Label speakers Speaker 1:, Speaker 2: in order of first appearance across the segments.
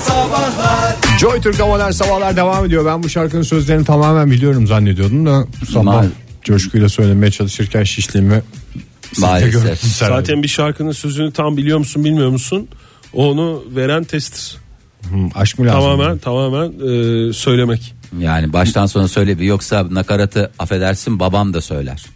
Speaker 1: Sabahlar
Speaker 2: Joy Türk Havalar Sabahlar devam ediyor. Ben bu şarkının sözlerini tamamen biliyorum zannediyordum da bu sabah
Speaker 3: Mal-
Speaker 2: coşkuyla söylemeye çalışırken şişliğimi
Speaker 3: Maalesef.
Speaker 2: Zaten
Speaker 4: Zaten bir şarkının sözünü tam biliyor musun bilmiyor musun? Onu veren testtir.
Speaker 2: aşk mı lazım?
Speaker 4: Tamamen tamamen e, söylemek.
Speaker 3: Yani baştan sona söyle bir yoksa nakaratı affedersin babam da söyler.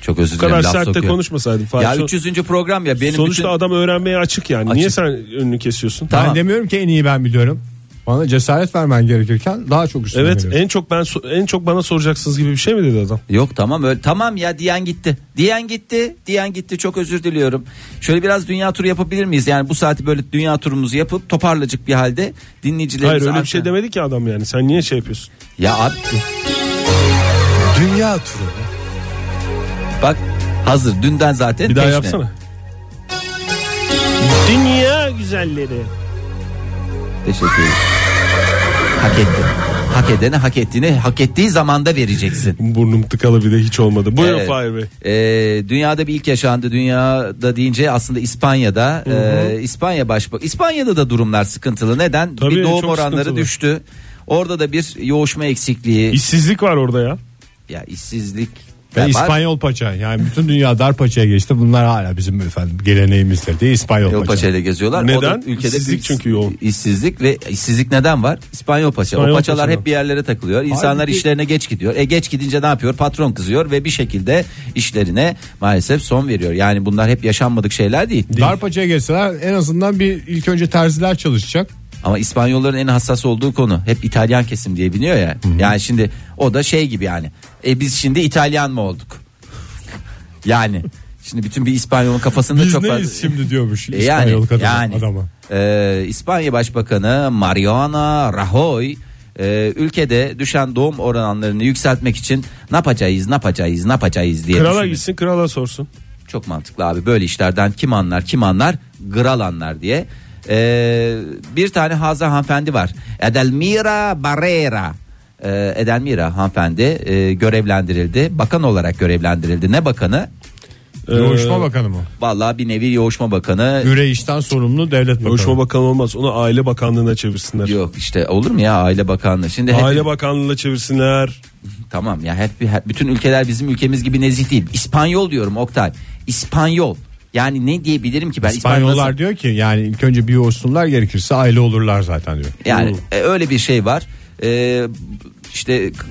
Speaker 3: Çok özür
Speaker 4: Bu
Speaker 3: dilerim.
Speaker 4: kadar
Speaker 3: laf
Speaker 4: sert de
Speaker 3: sokuyorum.
Speaker 4: konuşmasaydın. Fahri.
Speaker 3: Ya
Speaker 4: Son-
Speaker 3: 300. program ya benim
Speaker 4: Sonuçta
Speaker 3: bütün...
Speaker 4: adam öğrenmeye açık yani. Niye
Speaker 3: Açık.
Speaker 4: sen önünü kesiyorsun?
Speaker 2: Ben
Speaker 3: Tamam.
Speaker 2: demiyorum ki en iyi ben biliyorum. Bana cesaret vermen gerekirken daha çok üstüne
Speaker 4: Evet
Speaker 2: veriyorsun.
Speaker 4: en çok ben so- en çok bana soracaksınız gibi bir şey mi dedi adam?
Speaker 3: Yok tamam öyle tamam ya diyen gitti. Diyen gitti. Diyen gitti. Çok özür diliyorum. Şöyle biraz dünya turu yapabilir miyiz? Yani bu saati böyle dünya turumuzu yapıp toparlacık bir halde dinleyicilerimize
Speaker 4: Hayır öyle bir
Speaker 3: arka-
Speaker 4: şey demedi ki adam yani. Sen niye şey yapıyorsun?
Speaker 3: Ya abi
Speaker 2: Dünya turu.
Speaker 3: bak hazır dünden zaten
Speaker 4: Bir daha
Speaker 3: teşne.
Speaker 4: yapsana. Dünya güzelleri.
Speaker 3: Teşekkür ederim. Hak etti. Hak edene hak ettiğini hak ettiği zamanda vereceksin.
Speaker 4: Burnum tıkalı bir de hiç olmadı. Buyurun
Speaker 3: Evet.
Speaker 4: Fahir Bey.
Speaker 3: Ee, dünyada bir ilk yaşandı. Dünyada deyince aslında İspanya'da e, İspanya başbak. İspanya'da da durumlar sıkıntılı. Neden?
Speaker 4: Tabii,
Speaker 3: bir doğum
Speaker 4: çok
Speaker 3: oranları
Speaker 4: sıkıntılı.
Speaker 3: düştü. Orada da bir yoğuşma eksikliği.
Speaker 4: İşsizlik var orada ya.
Speaker 3: ya işsizlik.
Speaker 2: Ve
Speaker 3: Ya var.
Speaker 2: İspanyol paça yani bütün dünya dar paçaya geçti. Bunlar hala bizim efendim geleneğimizdir diye İspanyol
Speaker 3: İspanyol
Speaker 2: paça.
Speaker 3: paçayla geziyorlar. O da
Speaker 4: Neden? İşsizlik
Speaker 3: büyük
Speaker 4: çünkü yoğun.
Speaker 3: İşsizlik ve işsizlik neden var? İspanyol paça.
Speaker 4: İspanyol
Speaker 3: o paçalar
Speaker 4: paçadan.
Speaker 3: hep bir yerlere takılıyor. İnsanlar
Speaker 2: Halbuki-
Speaker 3: işlerine geç gidiyor. E geç gidince ne yapıyor? Patron kızıyor ve bir şekilde işlerine maalesef son veriyor. Yani bunlar hep yaşanmadık şeyler değil.
Speaker 2: Dar paçaya geçseler en azından bir ilk önce terziler çalışacak.
Speaker 3: Ama İspanyolların en hassas olduğu konu hep İtalyan kesim diye biniyor ya. Yani şimdi o da şey gibi yani. E biz şimdi İtalyan mı olduk? yani şimdi bütün bir İspanyolun kafasında
Speaker 2: Biz
Speaker 3: çok
Speaker 2: neyiz
Speaker 3: fazla
Speaker 2: şimdi diyormuş
Speaker 3: E yani,
Speaker 2: İspanyol kadın
Speaker 3: yani.
Speaker 2: adama.
Speaker 3: Ee, İspanya Başbakanı Mariana Rajoy e, ülkede düşen doğum oranlarını yükseltmek için ne yapacağız ne yapacağız ne yapacağız diye
Speaker 4: Krala
Speaker 3: düşünüyor.
Speaker 4: gitsin krala sorsun.
Speaker 3: Çok mantıklı abi böyle işlerden kim anlar kim anlar gral anlar diye. Ee, bir tane Haza hanımefendi var. Edelmira Barrera. Ee, Edelmira hanımefendi e, görevlendirildi. Bakan olarak görevlendirildi. Ne bakanı?
Speaker 2: Yoğuşma
Speaker 4: Ee,
Speaker 2: Bakanı mı?
Speaker 3: Vallahi bir nevi yoğuşma bakanı.
Speaker 2: Üre işten sorumlu devlet bakanı.
Speaker 4: Görüşme bakanı olmaz. Onu aile bakanlığına çevirsinler.
Speaker 3: Yok işte olur mu ya aile bakanlığı. Şimdi hep-
Speaker 4: Aile bakanlığına çevirsinler.
Speaker 3: Tamam ya hep, hep- bütün ülkeler bizim ülkemiz gibi nezih değil. İspanyol diyorum Oktay. İspanyol. Yani ne diyebilirim ki ben
Speaker 2: İspanyollar
Speaker 3: İspanyol
Speaker 2: diyor ki yani ilk önce bir yoğuşsunlar gerekirse aile olurlar zaten diyor.
Speaker 3: nasıl- yani e, öyle bir şey var. Ee, işte k-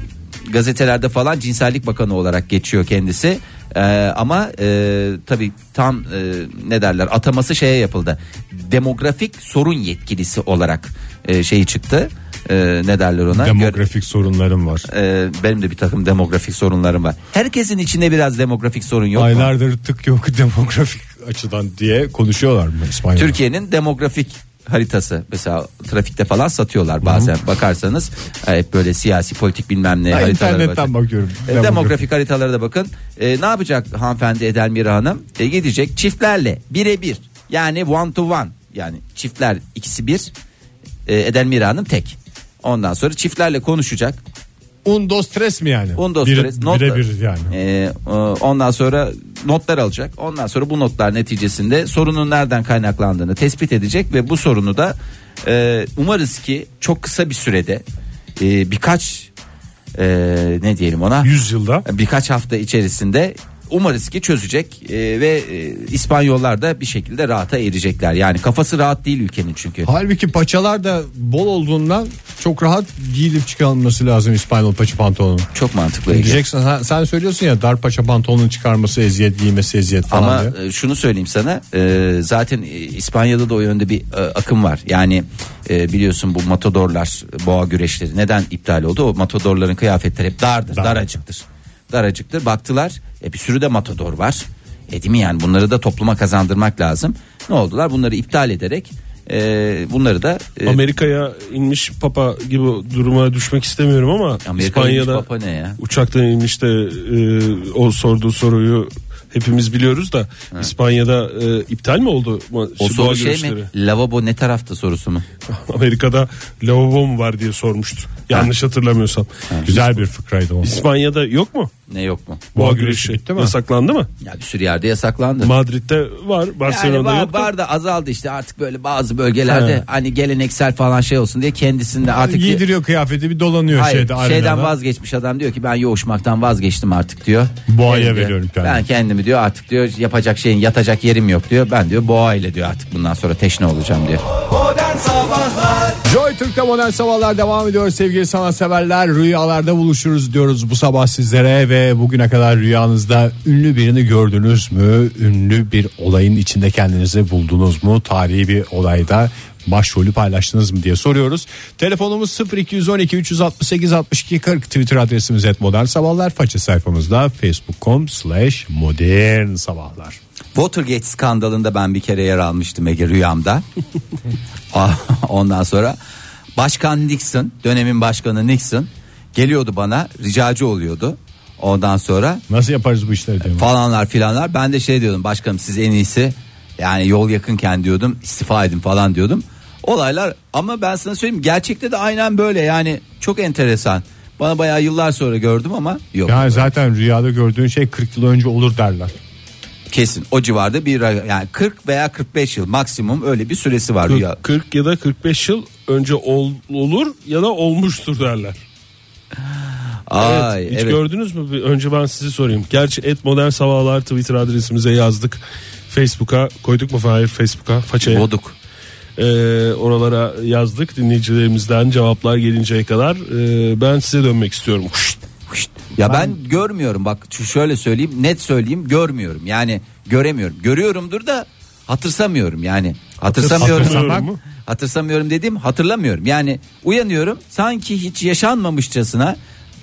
Speaker 3: gazetelerde falan cinsellik bakanı olarak geçiyor kendisi. Ee, ama e, tabii tam e, ne derler ataması şeye yapıldı. Demografik sorun yetkilisi olarak e, şeyi çıktı. E, ne derler ona? Gör-
Speaker 2: Demografik sorunlarım var.
Speaker 3: e, benim de bir takım demografik sorunlarım var. Herkesin içinde biraz demografik sorun yok mu?
Speaker 2: Aylardır tık yok demografik açıdan diye konuşuyorlar mı İspanya'da?
Speaker 3: Türkiye'nin demografik haritası mesela trafikte falan satıyorlar bazen bakarsanız e, hep böyle siyasi politik bilmem ne
Speaker 2: Ha,
Speaker 3: haritalara
Speaker 2: internetten
Speaker 3: bakın.
Speaker 2: bakıyorum.
Speaker 3: E, demografik. haritalara da bakın. E, ne yapacak hanımefendi Edelmira Hanım? E, gidecek çiftlerle birebir yani one to one yani çiftler ikisi bir e, Edelmira Hanım tek. Ondan sonra çiftlerle konuşacak.
Speaker 2: Un dos tres mi yani?
Speaker 3: Ondan
Speaker 2: Bire-
Speaker 3: sonra notlar-
Speaker 2: Birebir yani.
Speaker 3: Ee, e, ondan sonra notlar alacak. Ondan sonra bu notlar neticesinde sorunun nereden kaynaklandığını tespit edecek ve bu sorunu da e, umarız ki çok kısa bir sürede e, birkaç e, ne diyelim ona
Speaker 4: 100 yılda.
Speaker 3: birkaç hafta içerisinde umarız ki çözecek e, ve e, İspanyollar da bir şekilde rahata erecekler. Yani kafası rahat değil ülkenin çünkü.
Speaker 2: Halbuki paçalar da bol olduğundan çok rahat giyilip çıkarılması lazım İspanyol paça pantolonu.
Speaker 3: Çok mantıklı. Ege.
Speaker 2: Diyeceksin sen, sen söylüyorsun ya dar paça pantolonun çıkarması eziyet giymesi eziyet falan
Speaker 3: Ama
Speaker 2: diye.
Speaker 3: e, şunu söyleyeyim sana e, zaten e, İspanya'da da o yönde bir e, akım var. Yani e, biliyorsun bu matadorlar e, boğa güreşleri neden iptal oldu? O matadorların kıyafetleri hep dardır, daracıktır. Daracıktır. Baktılar e, bir sürü de matador var. E, değil mi yani bunları da topluma kazandırmak lazım. Ne oldular? Bunları iptal ederek e, bunları da e,
Speaker 4: Amerika'ya inmiş papa gibi duruma düşmek istemiyorum ama
Speaker 3: Amerika'ya inmiş
Speaker 4: İspanya'da
Speaker 3: papa ne ya?
Speaker 4: uçaktan inmiş de e, o sorduğu soruyu hepimiz biliyoruz da İspanya'da e, iptal mi oldu ma-
Speaker 3: O
Speaker 4: boğa
Speaker 3: soru şey mi?
Speaker 4: güreşleri?
Speaker 3: Lavabo ne tarafta sorusu mu?
Speaker 4: Amerika'da lavabo mu var diye sormuştu. Yanlış hatırlamıyorsam.
Speaker 2: Güzel bir fıkraydı o.
Speaker 4: İspanya'da yok mu?
Speaker 3: Ne yok mu?
Speaker 4: Boğa,
Speaker 2: Boğa
Speaker 4: güreşi
Speaker 2: güreşi bitti mi?
Speaker 4: yasaklandı mı?
Speaker 3: Ya bir sürü yerde yasaklandı.
Speaker 4: Madrid'de var,
Speaker 3: Yani
Speaker 4: Barcelona'da
Speaker 3: var,
Speaker 4: yok. da.
Speaker 3: var da azaldı işte artık böyle bazı bölgelerde hani geleneksel falan şey olsun diye kendisinde artık
Speaker 2: Giydiriyor kıyafeti bir dolanıyor
Speaker 3: Hayır,
Speaker 2: şeyde arenada.
Speaker 3: şeyden vazgeçmiş adam diyor ki ben yoğuşmaktan vazgeçtim artık diyor.
Speaker 2: Boğaya
Speaker 3: Kendi-
Speaker 2: veriyorum kendimi.
Speaker 3: Ben kendimi diyor artık diyor yapacak şeyin yatacak yerim yok diyor. Ben diyor boğa ile diyor artık bundan sonra teşne olacağım diyor.
Speaker 1: Modern Sabahlar
Speaker 2: Joy Türk'te modern sabahlar devam ediyor sevgili sanatseverler. Rüyalarda buluşuruz diyoruz bu sabah sizlere ve bugüne kadar rüyanızda ünlü birini gördünüz mü? Ünlü bir olayın içinde kendinizi buldunuz mu? Tarihi bir olayda başrolü paylaştınız mı diye soruyoruz. Telefonumuz 0212 368 62 40 Twitter adresimiz et modern sabahlar. Faça sayfamızda facebook.com slash modern sabahlar.
Speaker 3: Watergate skandalında ben bir kere yer almıştım Ege rüyamda. Ah, Ondan sonra başkan Nixon dönemin başkanı Nixon geliyordu bana ricacı oluyordu. Ondan sonra
Speaker 2: Nasıl yaparız bu işleri? diye.
Speaker 3: falanlar filanlar. Ben de şey diyordum başkanım siz en iyisi yani yol yakınken diyordum istifa edin falan diyordum. Olaylar ama ben sana söyleyeyim gerçekte de aynen böyle yani çok enteresan. Bana bayağı yıllar sonra gördüm ama yok.
Speaker 2: Yani zaten rüyada gördüğün şey 40 yıl önce olur derler.
Speaker 3: Kesin o civarda bir ra- yani 40 veya 45 yıl maksimum öyle bir süresi var.
Speaker 4: Kırk-
Speaker 3: Ya.
Speaker 4: 40 ya da 45 yıl önce ol- olur ya da olmuştur derler.
Speaker 3: Ay,
Speaker 4: evet, hiç
Speaker 3: evet.
Speaker 4: gördünüz mü? Bir- Önce ben sizi sorayım. Gerçi et modern sabahlar Twitter adresimize yazdık. Facebook'a koyduk mu Fahir? Facebook'a, façaya.
Speaker 3: Boduk.
Speaker 4: Ee, oralara yazdık dinleyicilerimizden cevaplar gelinceye kadar. Ee, ben size dönmek istiyorum. Huşt.
Speaker 3: Huşt. Ya ben, görmüyorum bak şu- şöyle söyleyeyim net söyleyeyim görmüyorum yani göremiyorum görüyorumdur da hatırsamıyorum yani hatırsamıyorum
Speaker 4: Hatırsamıyorum mu?
Speaker 3: hatırsamıyorum dediğim hatırlamıyorum yani uyanıyorum sanki hiç yaşanmamışçasına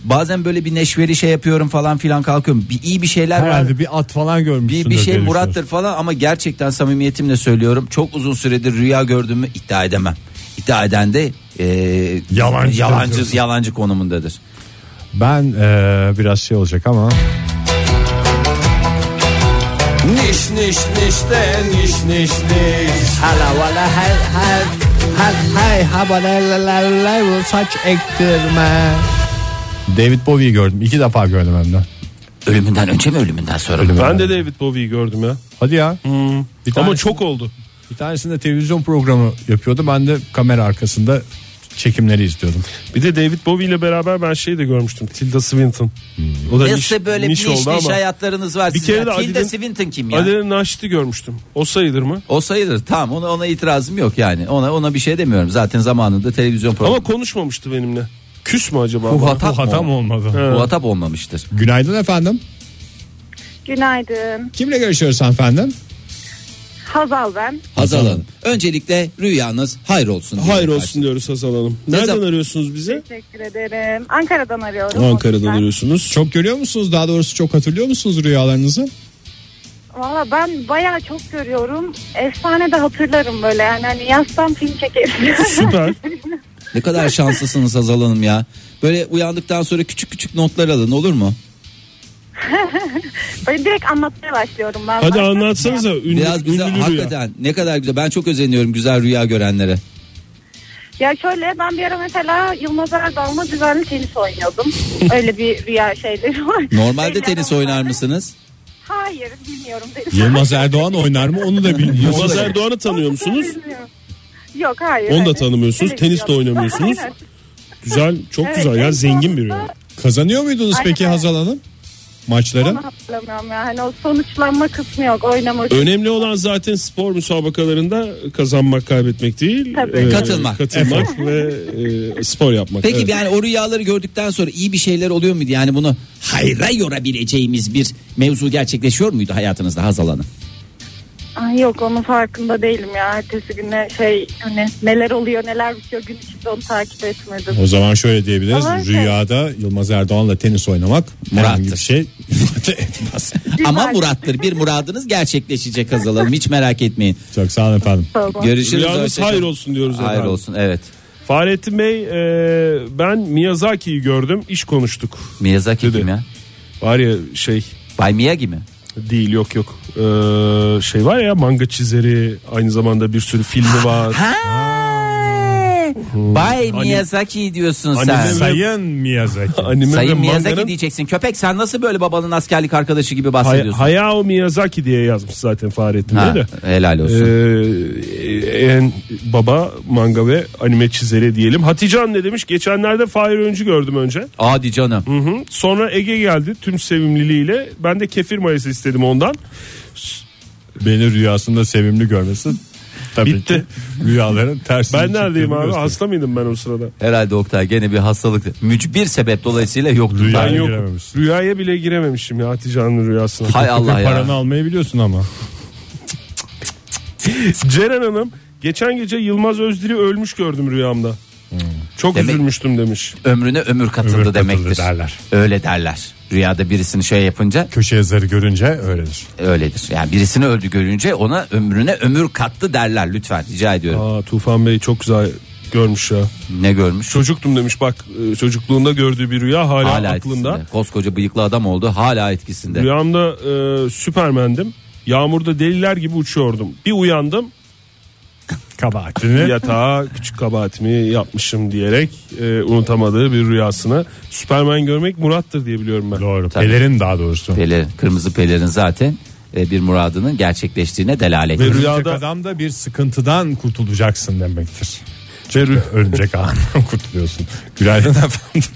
Speaker 3: bazen böyle bir neşveri şey yapıyorum falan filan kalkıyorum bir iyi bir şeyler var
Speaker 2: Herhalde bir at falan görmüşsündür.
Speaker 3: bir, bir şey
Speaker 2: diye
Speaker 3: Murat'tır falan ama gerçekten samimiyetimle söylüyorum çok uzun süredir rüya gördüğümü iddia edemem iddia eden de e,
Speaker 2: Yalancı
Speaker 3: yalancı,
Speaker 2: diyorsun.
Speaker 3: yalancı konumundadır
Speaker 2: Ben eee, biraz şey olacak ama
Speaker 1: Niş niş niş de niş niş niş
Speaker 2: Hala vala hay hay hay hay saç ektirme. David Bowie'yi gördüm. iki defa gördüm hem de.
Speaker 3: Ölümünden önce mi ölümünden sonra mı?
Speaker 4: Ben de David Bowie'yi gördüm ya.
Speaker 2: Hadi ya.
Speaker 4: Ama
Speaker 2: tanesi-
Speaker 4: çok oldu.
Speaker 2: Bir tanesinde televizyon programı yapıyordu. Ben de kamera arkasında çekimleri izliyordum.
Speaker 4: Bir de David Bowie ile beraber ben şeyi de görmüştüm. Tilda Swinton. O da niş,
Speaker 3: Nasıl böyle niş şey
Speaker 4: niş
Speaker 3: niş,
Speaker 4: oldu ama.
Speaker 3: hayatlarınız var
Speaker 4: Bir
Speaker 3: sizin?
Speaker 4: kere de
Speaker 3: ya? Tilda
Speaker 4: Adil'in-
Speaker 3: Swinton kim ya?
Speaker 4: Adele Naşit'i görmüştüm. O sayılır mı?
Speaker 3: O sayılır. Tamam ona ona itirazım yok yani. Ona ona bir şey demiyorum. Zaten zamanında televizyon programı.
Speaker 4: Ama konuşmamıştı benimle. Küs mü acaba?
Speaker 3: Bu hata- Tam
Speaker 2: Hatam
Speaker 3: mı?
Speaker 2: olmadı.
Speaker 3: bu hatap olmamıştır.
Speaker 2: Günaydın efendim.
Speaker 5: Günaydın.
Speaker 2: Kimle görüşüyoruz efendim?
Speaker 5: Hazal ben.
Speaker 3: Hazal Hanım. Öncelikle rüyanız hayır olsun. diye
Speaker 4: Hayır
Speaker 3: karşı-
Speaker 4: olsun diyoruz Hazal Hanım.
Speaker 3: Ne
Speaker 4: Nereden
Speaker 3: zaman-
Speaker 4: arıyorsunuz bizi?
Speaker 5: Teşekkür ederim. Ankara'dan arıyorum.
Speaker 4: Ankara'dan
Speaker 5: Lütfen.
Speaker 4: arıyorsunuz.
Speaker 2: Çok görüyor musunuz? Daha doğrusu çok hatırlıyor musunuz rüyalarınızı?
Speaker 5: Valla ben bayağı çok görüyorum. Efsane de hatırlarım böyle yani hani yastan film çekeriz.
Speaker 4: Süper.
Speaker 3: Ne kadar şanslısınız Hazal Hanım ya. Böyle uyandıktan sonra küçük küçük notlar alın olur mu?
Speaker 5: böyle direkt anlatmaya başlıyorum ben.
Speaker 4: Hadi
Speaker 5: Başka-
Speaker 4: anlatsanıza. Ünlü,
Speaker 3: Biraz bize
Speaker 4: ünlü rüya.
Speaker 3: hakikaten ne kadar güzel. Ben çok özeniyorum güzel rüya görenlere.
Speaker 5: Ya şöyle ben bir ara mesela Yılmaz Erdoğan'la düzenli tenis oynuyordum. Öyle bir rüya şeyleri var.
Speaker 3: Normalde
Speaker 5: Şeyler
Speaker 3: tenis
Speaker 5: var.
Speaker 3: oynar mısınız?
Speaker 5: Hayır bilmiyorum. tenis.
Speaker 2: Yılmaz Erdoğan oynar mı onu da bilmiyorum.
Speaker 4: Yılmaz
Speaker 3: Er-
Speaker 4: Erdoğan'ı tanıyor musunuz?
Speaker 5: Bilmiyorum. Yok hayır. Hani
Speaker 4: Onu da
Speaker 5: hayır.
Speaker 4: tanımıyorsunuz, tenis de oynamıyorsunuz.
Speaker 5: Evet.
Speaker 4: Güzel, çok
Speaker 5: Evet,
Speaker 4: güzel ya
Speaker 5: en
Speaker 4: zengin bir
Speaker 5: sonunda-
Speaker 4: rüya.
Speaker 2: Er- Kazanıyor muydunuz
Speaker 5: Aynen
Speaker 2: peki
Speaker 5: öyle.
Speaker 2: Hazal Hanım maçları?
Speaker 5: Onu hatırlamıyorum ya. Hani o sonuçlanma kısmı yok. Oynamak.
Speaker 4: Önemli olan zaten spor müsabakalarında kazanmak kaybetmek değil. e,
Speaker 5: Tabii.
Speaker 3: Katılmak.
Speaker 4: Katılmak ve e, spor yapmak.
Speaker 3: Peki
Speaker 4: Evet.
Speaker 3: yani o rüyaları gördükten sonra iyi bir şeyler oluyor muydu? Yani bunu hayra yorabileceğimiz bir mevzu gerçekleşiyor muydu hayatınızda Hazal Hanım?
Speaker 5: Ay yok onun farkında değilim ya. Ertesi güne şey hani neler oluyor neler bitiyor gün içinde onu takip etmedim.
Speaker 2: O zaman şöyle diyebiliriz.
Speaker 5: Ama-
Speaker 2: Rüyada Yılmaz Erdoğan'la tenis oynamak
Speaker 3: Murat'tır.
Speaker 2: herhangi bir şey ifade etmez.
Speaker 3: Ama
Speaker 5: halde.
Speaker 3: Murat'tır bir muradınız gerçekleşecek Hazal Hanım hiç merak etmeyin.
Speaker 2: Çok sağ olun efendim.
Speaker 5: Tamam.
Speaker 3: Görüşürüz.
Speaker 4: Rüyanız
Speaker 3: hoşça
Speaker 4: hayır
Speaker 3: kalın.
Speaker 4: olsun diyoruz
Speaker 3: Hayır
Speaker 4: efendim.
Speaker 3: olsun evet.
Speaker 4: Fahrettin Bey e, ben Miyazaki'yi gördüm iş konuştuk.
Speaker 3: Miyazaki
Speaker 4: Dedi.
Speaker 3: kim ya?
Speaker 4: Var ya şey
Speaker 3: Bay Miyagi mi?
Speaker 4: Değil yok yok. Ee, şey var ya manga çizeri aynı zamanda bir sürü filmi var.
Speaker 3: Ha. Bay Miyazaki diyorsun sen.
Speaker 4: Anime-
Speaker 2: Sayın Miyazaki.
Speaker 4: Anime ve
Speaker 3: Sayın Miyazaki
Speaker 4: manganın
Speaker 3: diyeceksin. Köpek sen nasıl böyle babanın askerlik arkadaşı gibi
Speaker 4: Hay-
Speaker 3: bahsediyorsun?
Speaker 4: Hayao Miyazaki diye yazmış zaten Fahrettin Bey
Speaker 3: Ha,
Speaker 4: de.
Speaker 3: helal olsun.
Speaker 4: Ee, en baba manga ve anime çizeri diyelim. Hatice anne demiş geçenlerde Fahir Öncü gördüm önce.
Speaker 3: Adi canım.
Speaker 4: Hı hı. Sonra Ege geldi tüm sevimliliğiyle. Ben de kefir mayası istedim ondan.
Speaker 2: Beni rüyasında sevimli görmesin. Tabii
Speaker 4: Bitti.
Speaker 2: ki rüyaların tersini
Speaker 4: Ben neredeyim
Speaker 2: çıktığını
Speaker 4: abi?
Speaker 2: gösteriyor.
Speaker 4: Hasta mıydım ben o sırada?
Speaker 3: Herhalde Oktay gene bir hastalık. Mücbir sebep dolayısıyla yoktu.
Speaker 2: Rüya-
Speaker 4: Ben
Speaker 2: Yani
Speaker 4: yok.
Speaker 2: girememişsin.
Speaker 4: Rüyaya bile girememişim ya Hatice Hanım'ın rüyasına.
Speaker 3: Hay Allah
Speaker 2: Paranı
Speaker 3: ya.
Speaker 2: almayı biliyorsun ama.
Speaker 4: Ceren Hanım geçen gece Yılmaz Özdil'i ölmüş gördüm rüyamda. Çok
Speaker 3: Hmm. Demek-
Speaker 4: üzülmüştüm demiş.
Speaker 3: Ömrüne ömür katıldı
Speaker 2: Ömür katıldı
Speaker 3: demektir.
Speaker 2: derler.
Speaker 3: Öyle derler. Rüyada birisini şey yapınca
Speaker 2: Köşe yazarı görünce öyledir.
Speaker 3: öyledir. Yani birisini öldü görünce ona ömrüne ömür kattı derler lütfen rica ediyorum.
Speaker 4: Aa Tufan Bey çok güzel görmüş ya.
Speaker 3: Ne görmüş?
Speaker 4: Çocuktum demiş bak e, çocukluğunda gördüğü bir rüya hala,
Speaker 3: Hala
Speaker 4: aklında.
Speaker 3: etkisinde. Koskoca bıyıklı adam oldu hala etkisinde.
Speaker 4: Rüyamda e, Süpermen'dim. Yağmurda deliler gibi uçuyordum. Bir uyandım
Speaker 2: Kabahatini.
Speaker 4: yatağa küçük kabahatimi yapmışım diyerek e, unutamadığı bir rüyasını. Süpermen görmek Murat'tır diye biliyorum ben.
Speaker 2: Doğru.
Speaker 3: Tabii.
Speaker 2: Pelerin daha doğrusu.
Speaker 3: Pelerin, kırmızı pelerin zaten e, bir muradının gerçekleştiğine delalet.
Speaker 4: Ve
Speaker 3: ediyor.
Speaker 4: rüya-
Speaker 2: Örümcek
Speaker 4: Rüyada-
Speaker 2: adam da bir sıkıntıdan kurtulacaksın demektir. Cerü örümcek ağından kurtuluyorsun. Günaydın efendim.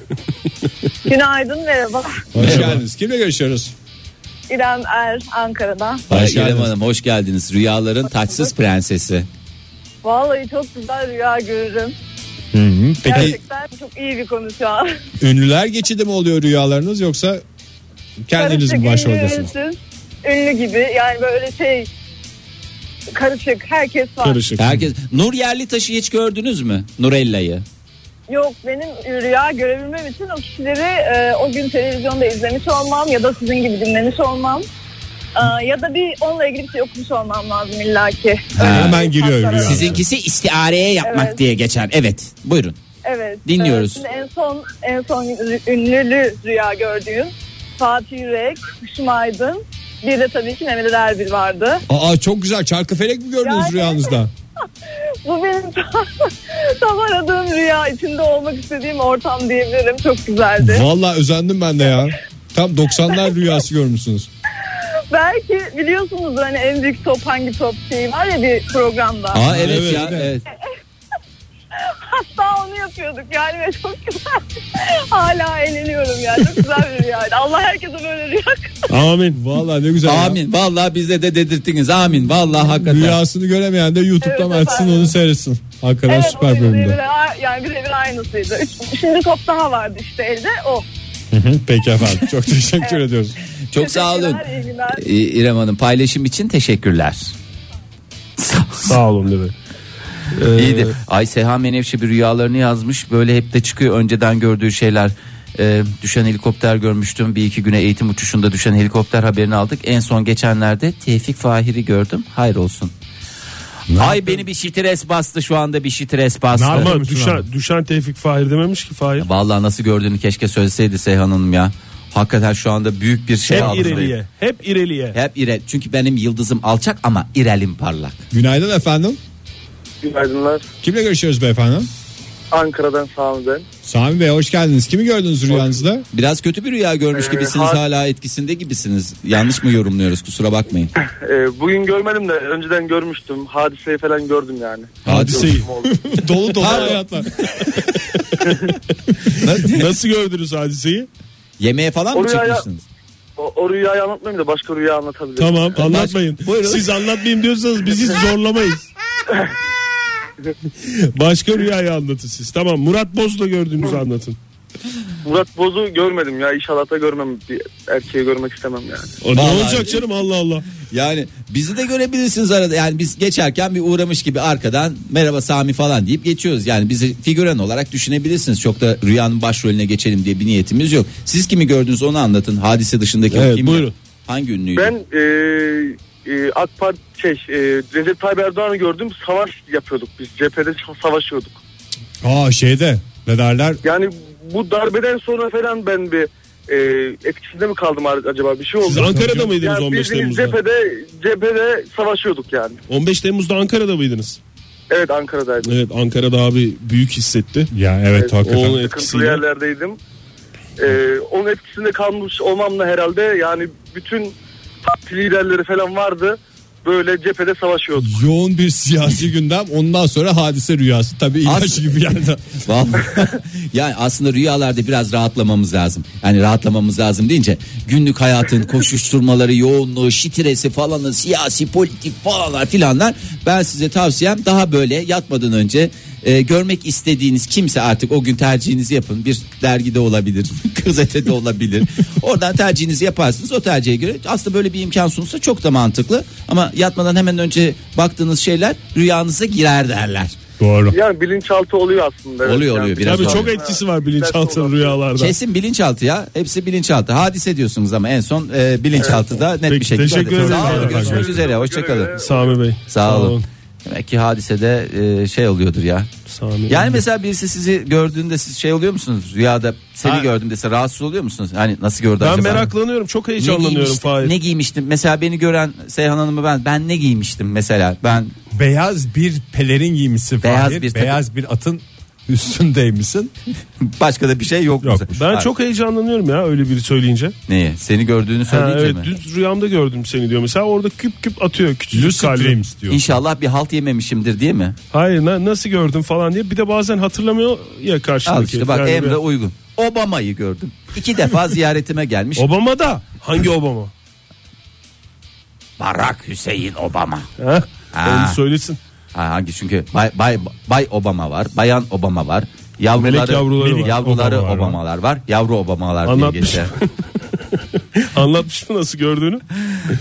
Speaker 5: Günaydın merhaba.
Speaker 2: Hoş geldiniz. Kimle görüşüyoruz?
Speaker 5: İrem Er Ankara'dan.
Speaker 3: Hoş
Speaker 2: Hoş
Speaker 3: İrem
Speaker 2: geldiniz.
Speaker 3: Hanım hoş geldiniz. Rüyaların taçsız prensesi.
Speaker 5: Vallahi çok güzel rüya görürüm.
Speaker 2: Peki
Speaker 5: Gerçekten çok iyi bir konu şu an.
Speaker 2: ünlüler geçidi mi oluyor rüyalarınız yoksa kendiniz mi
Speaker 5: Karışık,
Speaker 2: başvuruyorsunuz?
Speaker 5: ünlü, ünsüz, Ünlü gibi yani böyle şey karışık herkes var.
Speaker 4: Karışık.
Speaker 3: Herkes Nur Yerlitaş'ı hiç gördünüz mü? Nurella'yı.
Speaker 5: Yok benim rüya görebilmem için o kişileri e, o gün televizyonda izlemiş olmam ya da sizin gibi dinlemiş olmam. E, ya da bir onunla ilgili bir şey okumuş olmam lazım illaki. E,
Speaker 3: Ha.
Speaker 5: Öyle bir
Speaker 2: Hemen giriyor
Speaker 5: tatlar
Speaker 2: rüya.
Speaker 5: arası.
Speaker 3: Sizinkisi istiareye yapmak
Speaker 5: Evet.
Speaker 3: diye geçer. Evet. Buyurun.
Speaker 5: Evet.
Speaker 3: Dinliyoruz.
Speaker 5: Evet, şimdi en son en son ünlülü rüya gördüğüm Fatih Yürek, Kuşum Aydın. Bir de tabii ki Mehmet Ali Erbil vardı.
Speaker 2: Aa çok güzel. Çarkıfelek mi gördünüz
Speaker 5: Yani-
Speaker 2: rüyanızda?
Speaker 5: Bu benim tam, tam aradığım rüya içinde olmak istediğim ortam diyebilirim. Çok güzeldi.
Speaker 2: Valla özendim ben de ya. Tam 90'lar rüyası görmüşsünüz.
Speaker 5: Belki biliyorsunuz hani en büyük top hangi top şeyi var ya bir programda.
Speaker 3: Aa evet,
Speaker 2: evet,
Speaker 3: ya.
Speaker 2: evet.
Speaker 3: Evet.
Speaker 5: Hatta onu yapıyorduk yani ve çok güzel. Hala eğleniyorum yani. Çok güzel bir rüyaydı. Allah herkese böyle rüya
Speaker 2: Amin. Valla ne güzel. ya.
Speaker 3: Amin. Vallahi bizde de dedirttiniz. Amin. Vallahi hakikaten.
Speaker 2: Rüyasını göremeyen de YouTube'dan
Speaker 5: Evet
Speaker 2: açsın
Speaker 5: efendim.
Speaker 2: onu seyretsin. Hakikaten
Speaker 5: Evet o
Speaker 2: süper
Speaker 5: birebir
Speaker 2: bölümde.
Speaker 5: a- yani birebir aynısıydı. Üç, şimdi top daha vardı işte Oh, elde o.
Speaker 2: Peki efendim. Çok teşekkür ediyoruz.
Speaker 3: Çok sağ olun.
Speaker 5: Teşekkürler, iyi günler.
Speaker 3: İ- İrem Hanım paylaşım için teşekkürler.
Speaker 4: Sağ olun dedi.
Speaker 3: İyiydi. Ay Seha Menevşe bir rüyalarını yazmış. Böyle hep de çıkıyor önceden gördüğü şeyler. Ee, düşen helikopter görmüştüm. Bir iki güne eğitim uçuşunda düşen helikopter haberini aldık. En son geçenlerde Tevfik Fahir'i gördüm. Hayır olsun. Ay beni bir stres bastı şu anda bir stres bastı.
Speaker 2: Ne yapalım?
Speaker 4: Ama düşen, düşen Tevfik Fahir dememiş ki Fahir.
Speaker 3: Vallahi nasıl gördüğünü keşke söyleseydi Seyhan Hanım ya. Hakikaten şu anda büyük bir şey
Speaker 4: Hep
Speaker 3: altındayım.
Speaker 4: ireliye. Hep ireliye.
Speaker 3: Hep ire. Çünkü benim yıldızım alçak ama irelim parlak.
Speaker 2: Günaydın efendim.
Speaker 6: Günaydınlar.
Speaker 2: Kimle görüşüyoruz beyefendi?
Speaker 6: Ankara'dan Sami ben.
Speaker 2: Sami Bey hoş geldiniz. Kimi gördünüz rüyanızda?
Speaker 3: Biraz kötü bir rüya görmüş
Speaker 6: Ee,
Speaker 3: gibisiniz
Speaker 6: har-
Speaker 3: hala etkisinde gibisiniz. Yanlış mı yorumluyoruz kusura bakmayın.
Speaker 6: Ee, bugün görmedim de önceden görmüştüm. Hadiseyi falan gördüm yani.
Speaker 2: Hadiseyi.
Speaker 6: Yolculuğum oldu.
Speaker 2: dolu dolu hayatlar.
Speaker 4: Nasıl gördünüz hadiseyi?
Speaker 3: Yemeğe falan mı
Speaker 6: Oraya-
Speaker 3: çıkmıştınız?
Speaker 6: o, o rüyayı anlatmayayım da başka rüya anlatabilirim.
Speaker 4: Tamam anlatmayın.
Speaker 3: Buyurun.
Speaker 4: Siz anlatmayayım diyorsanız biz hiç zorlamayız. Başka rüyayı anlatın siz. Tamam Murat Boz'la gördüğünüzü anlatın.
Speaker 6: Murat Boz'u görmedim ya. İnşallah da görmem. Bir erkeği görmek istemem yani.
Speaker 4: O ne
Speaker 3: Vallahi-
Speaker 4: olacak canım Allah Allah.
Speaker 3: Yani bizi de görebilirsiniz arada. Yani biz geçerken bir uğramış gibi arkadan merhaba Sami falan deyip geçiyoruz. Yani bizi figüran olarak düşünebilirsiniz. Çok da rüyanın başrolüne geçelim diye bir niyetimiz yok. Siz kimi gördünüz onu anlatın. Hadise dışındaki o
Speaker 4: Evet,
Speaker 3: kimdi?
Speaker 4: buyurun.
Speaker 3: Hangi ünlüydü?
Speaker 6: Ben e, e, AK Parti şey, e, Recep Tayyip Erdoğan'ı gördüm. Savaş yapıyorduk biz. Cephede sa- savaşıyorduk.
Speaker 2: Aa şeyde ne derler?
Speaker 6: Yani bu darbeden sonra falan ben bir e, etkisinde mi kaldım acaba bir şey oldu.
Speaker 4: Siz Ankara'da mıydınız
Speaker 6: Yani
Speaker 4: 15
Speaker 6: bildiğiniz
Speaker 4: Temmuz'da?
Speaker 6: Cephede, cephede savaşıyorduk yani.
Speaker 4: 15 Temmuz'da Ankara'da mıydınız?
Speaker 6: Evet Ankara'daydım.
Speaker 4: Evet Ankara'da abi büyük hissetti.
Speaker 2: Ya evet hakikaten.
Speaker 4: Onun
Speaker 6: Sıkıntılı
Speaker 4: etkisiyle.
Speaker 6: yerlerdeydim. E, onun etkisinde kalmış olmamla herhalde yani bütün parti liderleri falan vardı. Böyle cephede savaşıyorduk.
Speaker 2: Yoğun bir siyasi gündem ondan sonra hadise rüyası. Tabii ilaç
Speaker 3: As-
Speaker 2: gibi yerde.
Speaker 3: Vallahi yani aslında rüyalarda biraz rahatlamamız lazım. Yani rahatlamamız lazım deyince günlük hayatın koşuşturmaları, yoğunluğu, şitiresi falanı, siyasi, politik falanlar filanlar. Ben size tavsiyem daha böyle yatmadan önce e, görmek istediğiniz kimse artık o gün tercihinizi yapın. Bir dergide olabilir, gazetede olabilir. Oradan tercihinizi yaparsınız. O tercihe göre aslında böyle bir imkan sunulsa çok da mantıklı. Ama yatmadan hemen önce baktığınız şeyler rüyanıza girer derler.
Speaker 2: Doğru.
Speaker 6: Yani bilinçaltı oluyor aslında. evet.
Speaker 3: Oluyor,
Speaker 6: Yani
Speaker 3: oluyor. Biraz
Speaker 4: Tabii
Speaker 3: sonra.
Speaker 4: çok etkisi var bilinçaltı rüyalarda.
Speaker 3: Kesin bilinçaltı ya. Hepsi bilinçaltı. Hadise diyorsunuz ama en son e, bilinçaltıda net
Speaker 4: Peki,
Speaker 3: bir şekilde.
Speaker 4: teşekkür ederim.
Speaker 3: Sağ olun.
Speaker 4: Arkadaşlar.
Speaker 3: Görüşmek üzere. Hoşçakalın.
Speaker 6: Görüşmek
Speaker 4: Sami Bey.
Speaker 3: Sağ olun. Demek ki hadisede e, şey oluyordur ya.
Speaker 4: Sami.
Speaker 3: Yani mesela birisi sizi gördüğünde siz şey oluyor musunuz? Rüyada seni
Speaker 4: Ha.
Speaker 3: gördüm dese rahatsız oluyor musunuz? Hani nasıl gördü
Speaker 4: Ben
Speaker 3: acaba?
Speaker 4: meraklanıyorum. Çok
Speaker 3: Ne
Speaker 4: heyecanlanıyorum
Speaker 3: giymiştim,
Speaker 4: Fahir.
Speaker 3: Ne giymiştim? Mesela beni gören Seyhan Hanım'ı ben ben ne giymiştim mesela? Ben
Speaker 2: Beyaz bir pelerin giymişsin
Speaker 3: Beyaz
Speaker 2: beyaz
Speaker 3: bir
Speaker 2: Bir
Speaker 3: takım.
Speaker 2: beyaz bir atın üstündeymişsin.
Speaker 3: başka da bir şey yok.
Speaker 2: Yok.
Speaker 3: mesela.
Speaker 4: Ben
Speaker 3: Ha,
Speaker 4: çok heyecanlanıyorum ya öyle biri söyleyince.
Speaker 3: neyi? Seni gördüğünü
Speaker 4: Ha,
Speaker 3: söyleyince
Speaker 4: evet,
Speaker 3: mi?
Speaker 4: düz rüyamda gördüm seni diyor mesela. Orada küp küp atıyor küçücük
Speaker 2: Lucid
Speaker 4: kalbim.
Speaker 2: Dreams diyor.
Speaker 3: İnşallah bir halt yememişimdir değil mi?
Speaker 4: Hayır na- nasıl gördün falan diye. Bir de bazen hatırlamıyor ya karşıdaki.
Speaker 3: Al işte bak
Speaker 4: Yani
Speaker 3: Emre
Speaker 4: bir-
Speaker 3: uygun. Obama'yı gördüm. İki defa ziyaretime gelmiş.
Speaker 4: Obama da. Hangi Obama?
Speaker 3: Barack Hüseyin Obama.
Speaker 4: Ha?
Speaker 3: Ha.
Speaker 4: Onu söylesin.
Speaker 3: Ha, hangi çünkü Bay, Bay, Bay Obama var, Bayan Obama var. Yavruları,
Speaker 4: Melek yavruları var.
Speaker 3: yavruları
Speaker 4: Obamalar var.
Speaker 3: Obamalar var. Yavru Obamalar diye
Speaker 4: Anlatmış.
Speaker 3: geçer.
Speaker 4: Anlatmış mı nasıl gördüğünü?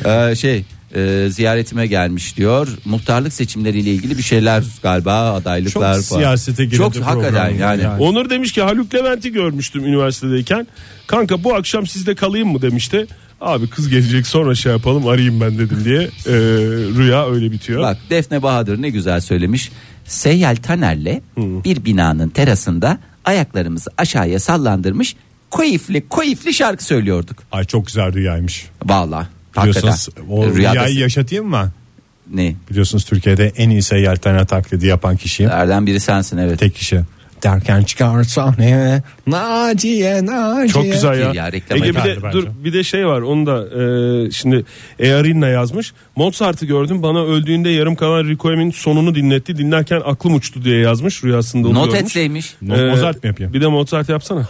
Speaker 3: Ee, şey e, ziyaretime gelmiş diyor. Muhtarlık seçimleriyle ilgili bir şeyler galiba adaylıklar
Speaker 2: Çok siyasete girildi
Speaker 3: Çok
Speaker 2: programda
Speaker 3: hakikaten yani.
Speaker 2: yani.
Speaker 4: Onur demiş ki Haluk Levent'i görmüştüm üniversitedeyken. Kanka bu akşam sizde kalayım mı demişti. Abi kız gelecek sonra şey yapalım arayayım ben dedim diye. Ee, rüya öyle bitiyor.
Speaker 3: Bak Defne Bahadır ne güzel söylemiş. Seyyal Taner'le bir binanın terasında ayaklarımızı aşağıya sallandırmış koyifli koyifli şarkı söylüyorduk.
Speaker 2: Ay çok güzel rüyaymış.
Speaker 3: Valla.
Speaker 2: Biliyorsunuz o
Speaker 3: E, Rüyada
Speaker 2: rüyayı yaşatayım mı?
Speaker 3: ne?
Speaker 2: Biliyorsunuz Türkiye'de en iyi seyyar tane taklidi yapan kişiyim.
Speaker 3: Nereden biri sensin evet.
Speaker 2: Tek kişi. Derken çıkar sahneye Naciye Naciye.
Speaker 4: Çok güzel ya.
Speaker 3: Değil ya, reklam
Speaker 4: Ege bir de
Speaker 2: ayıkardı bence.
Speaker 4: dur bir de şey var. Onu da e, şimdi Earinna yazmış. Mozart'ı gördüm. Bana öldüğünde yarım kalan Requiem'in sonunu dinletti. Dinlerken aklım uçtu diye yazmış rüyasında onu
Speaker 3: Not
Speaker 4: görmüş.
Speaker 3: etseymiş.
Speaker 2: Mo-
Speaker 4: Ee,
Speaker 2: Mozart mı yapıyor?
Speaker 4: Bir de Mozart yapsana.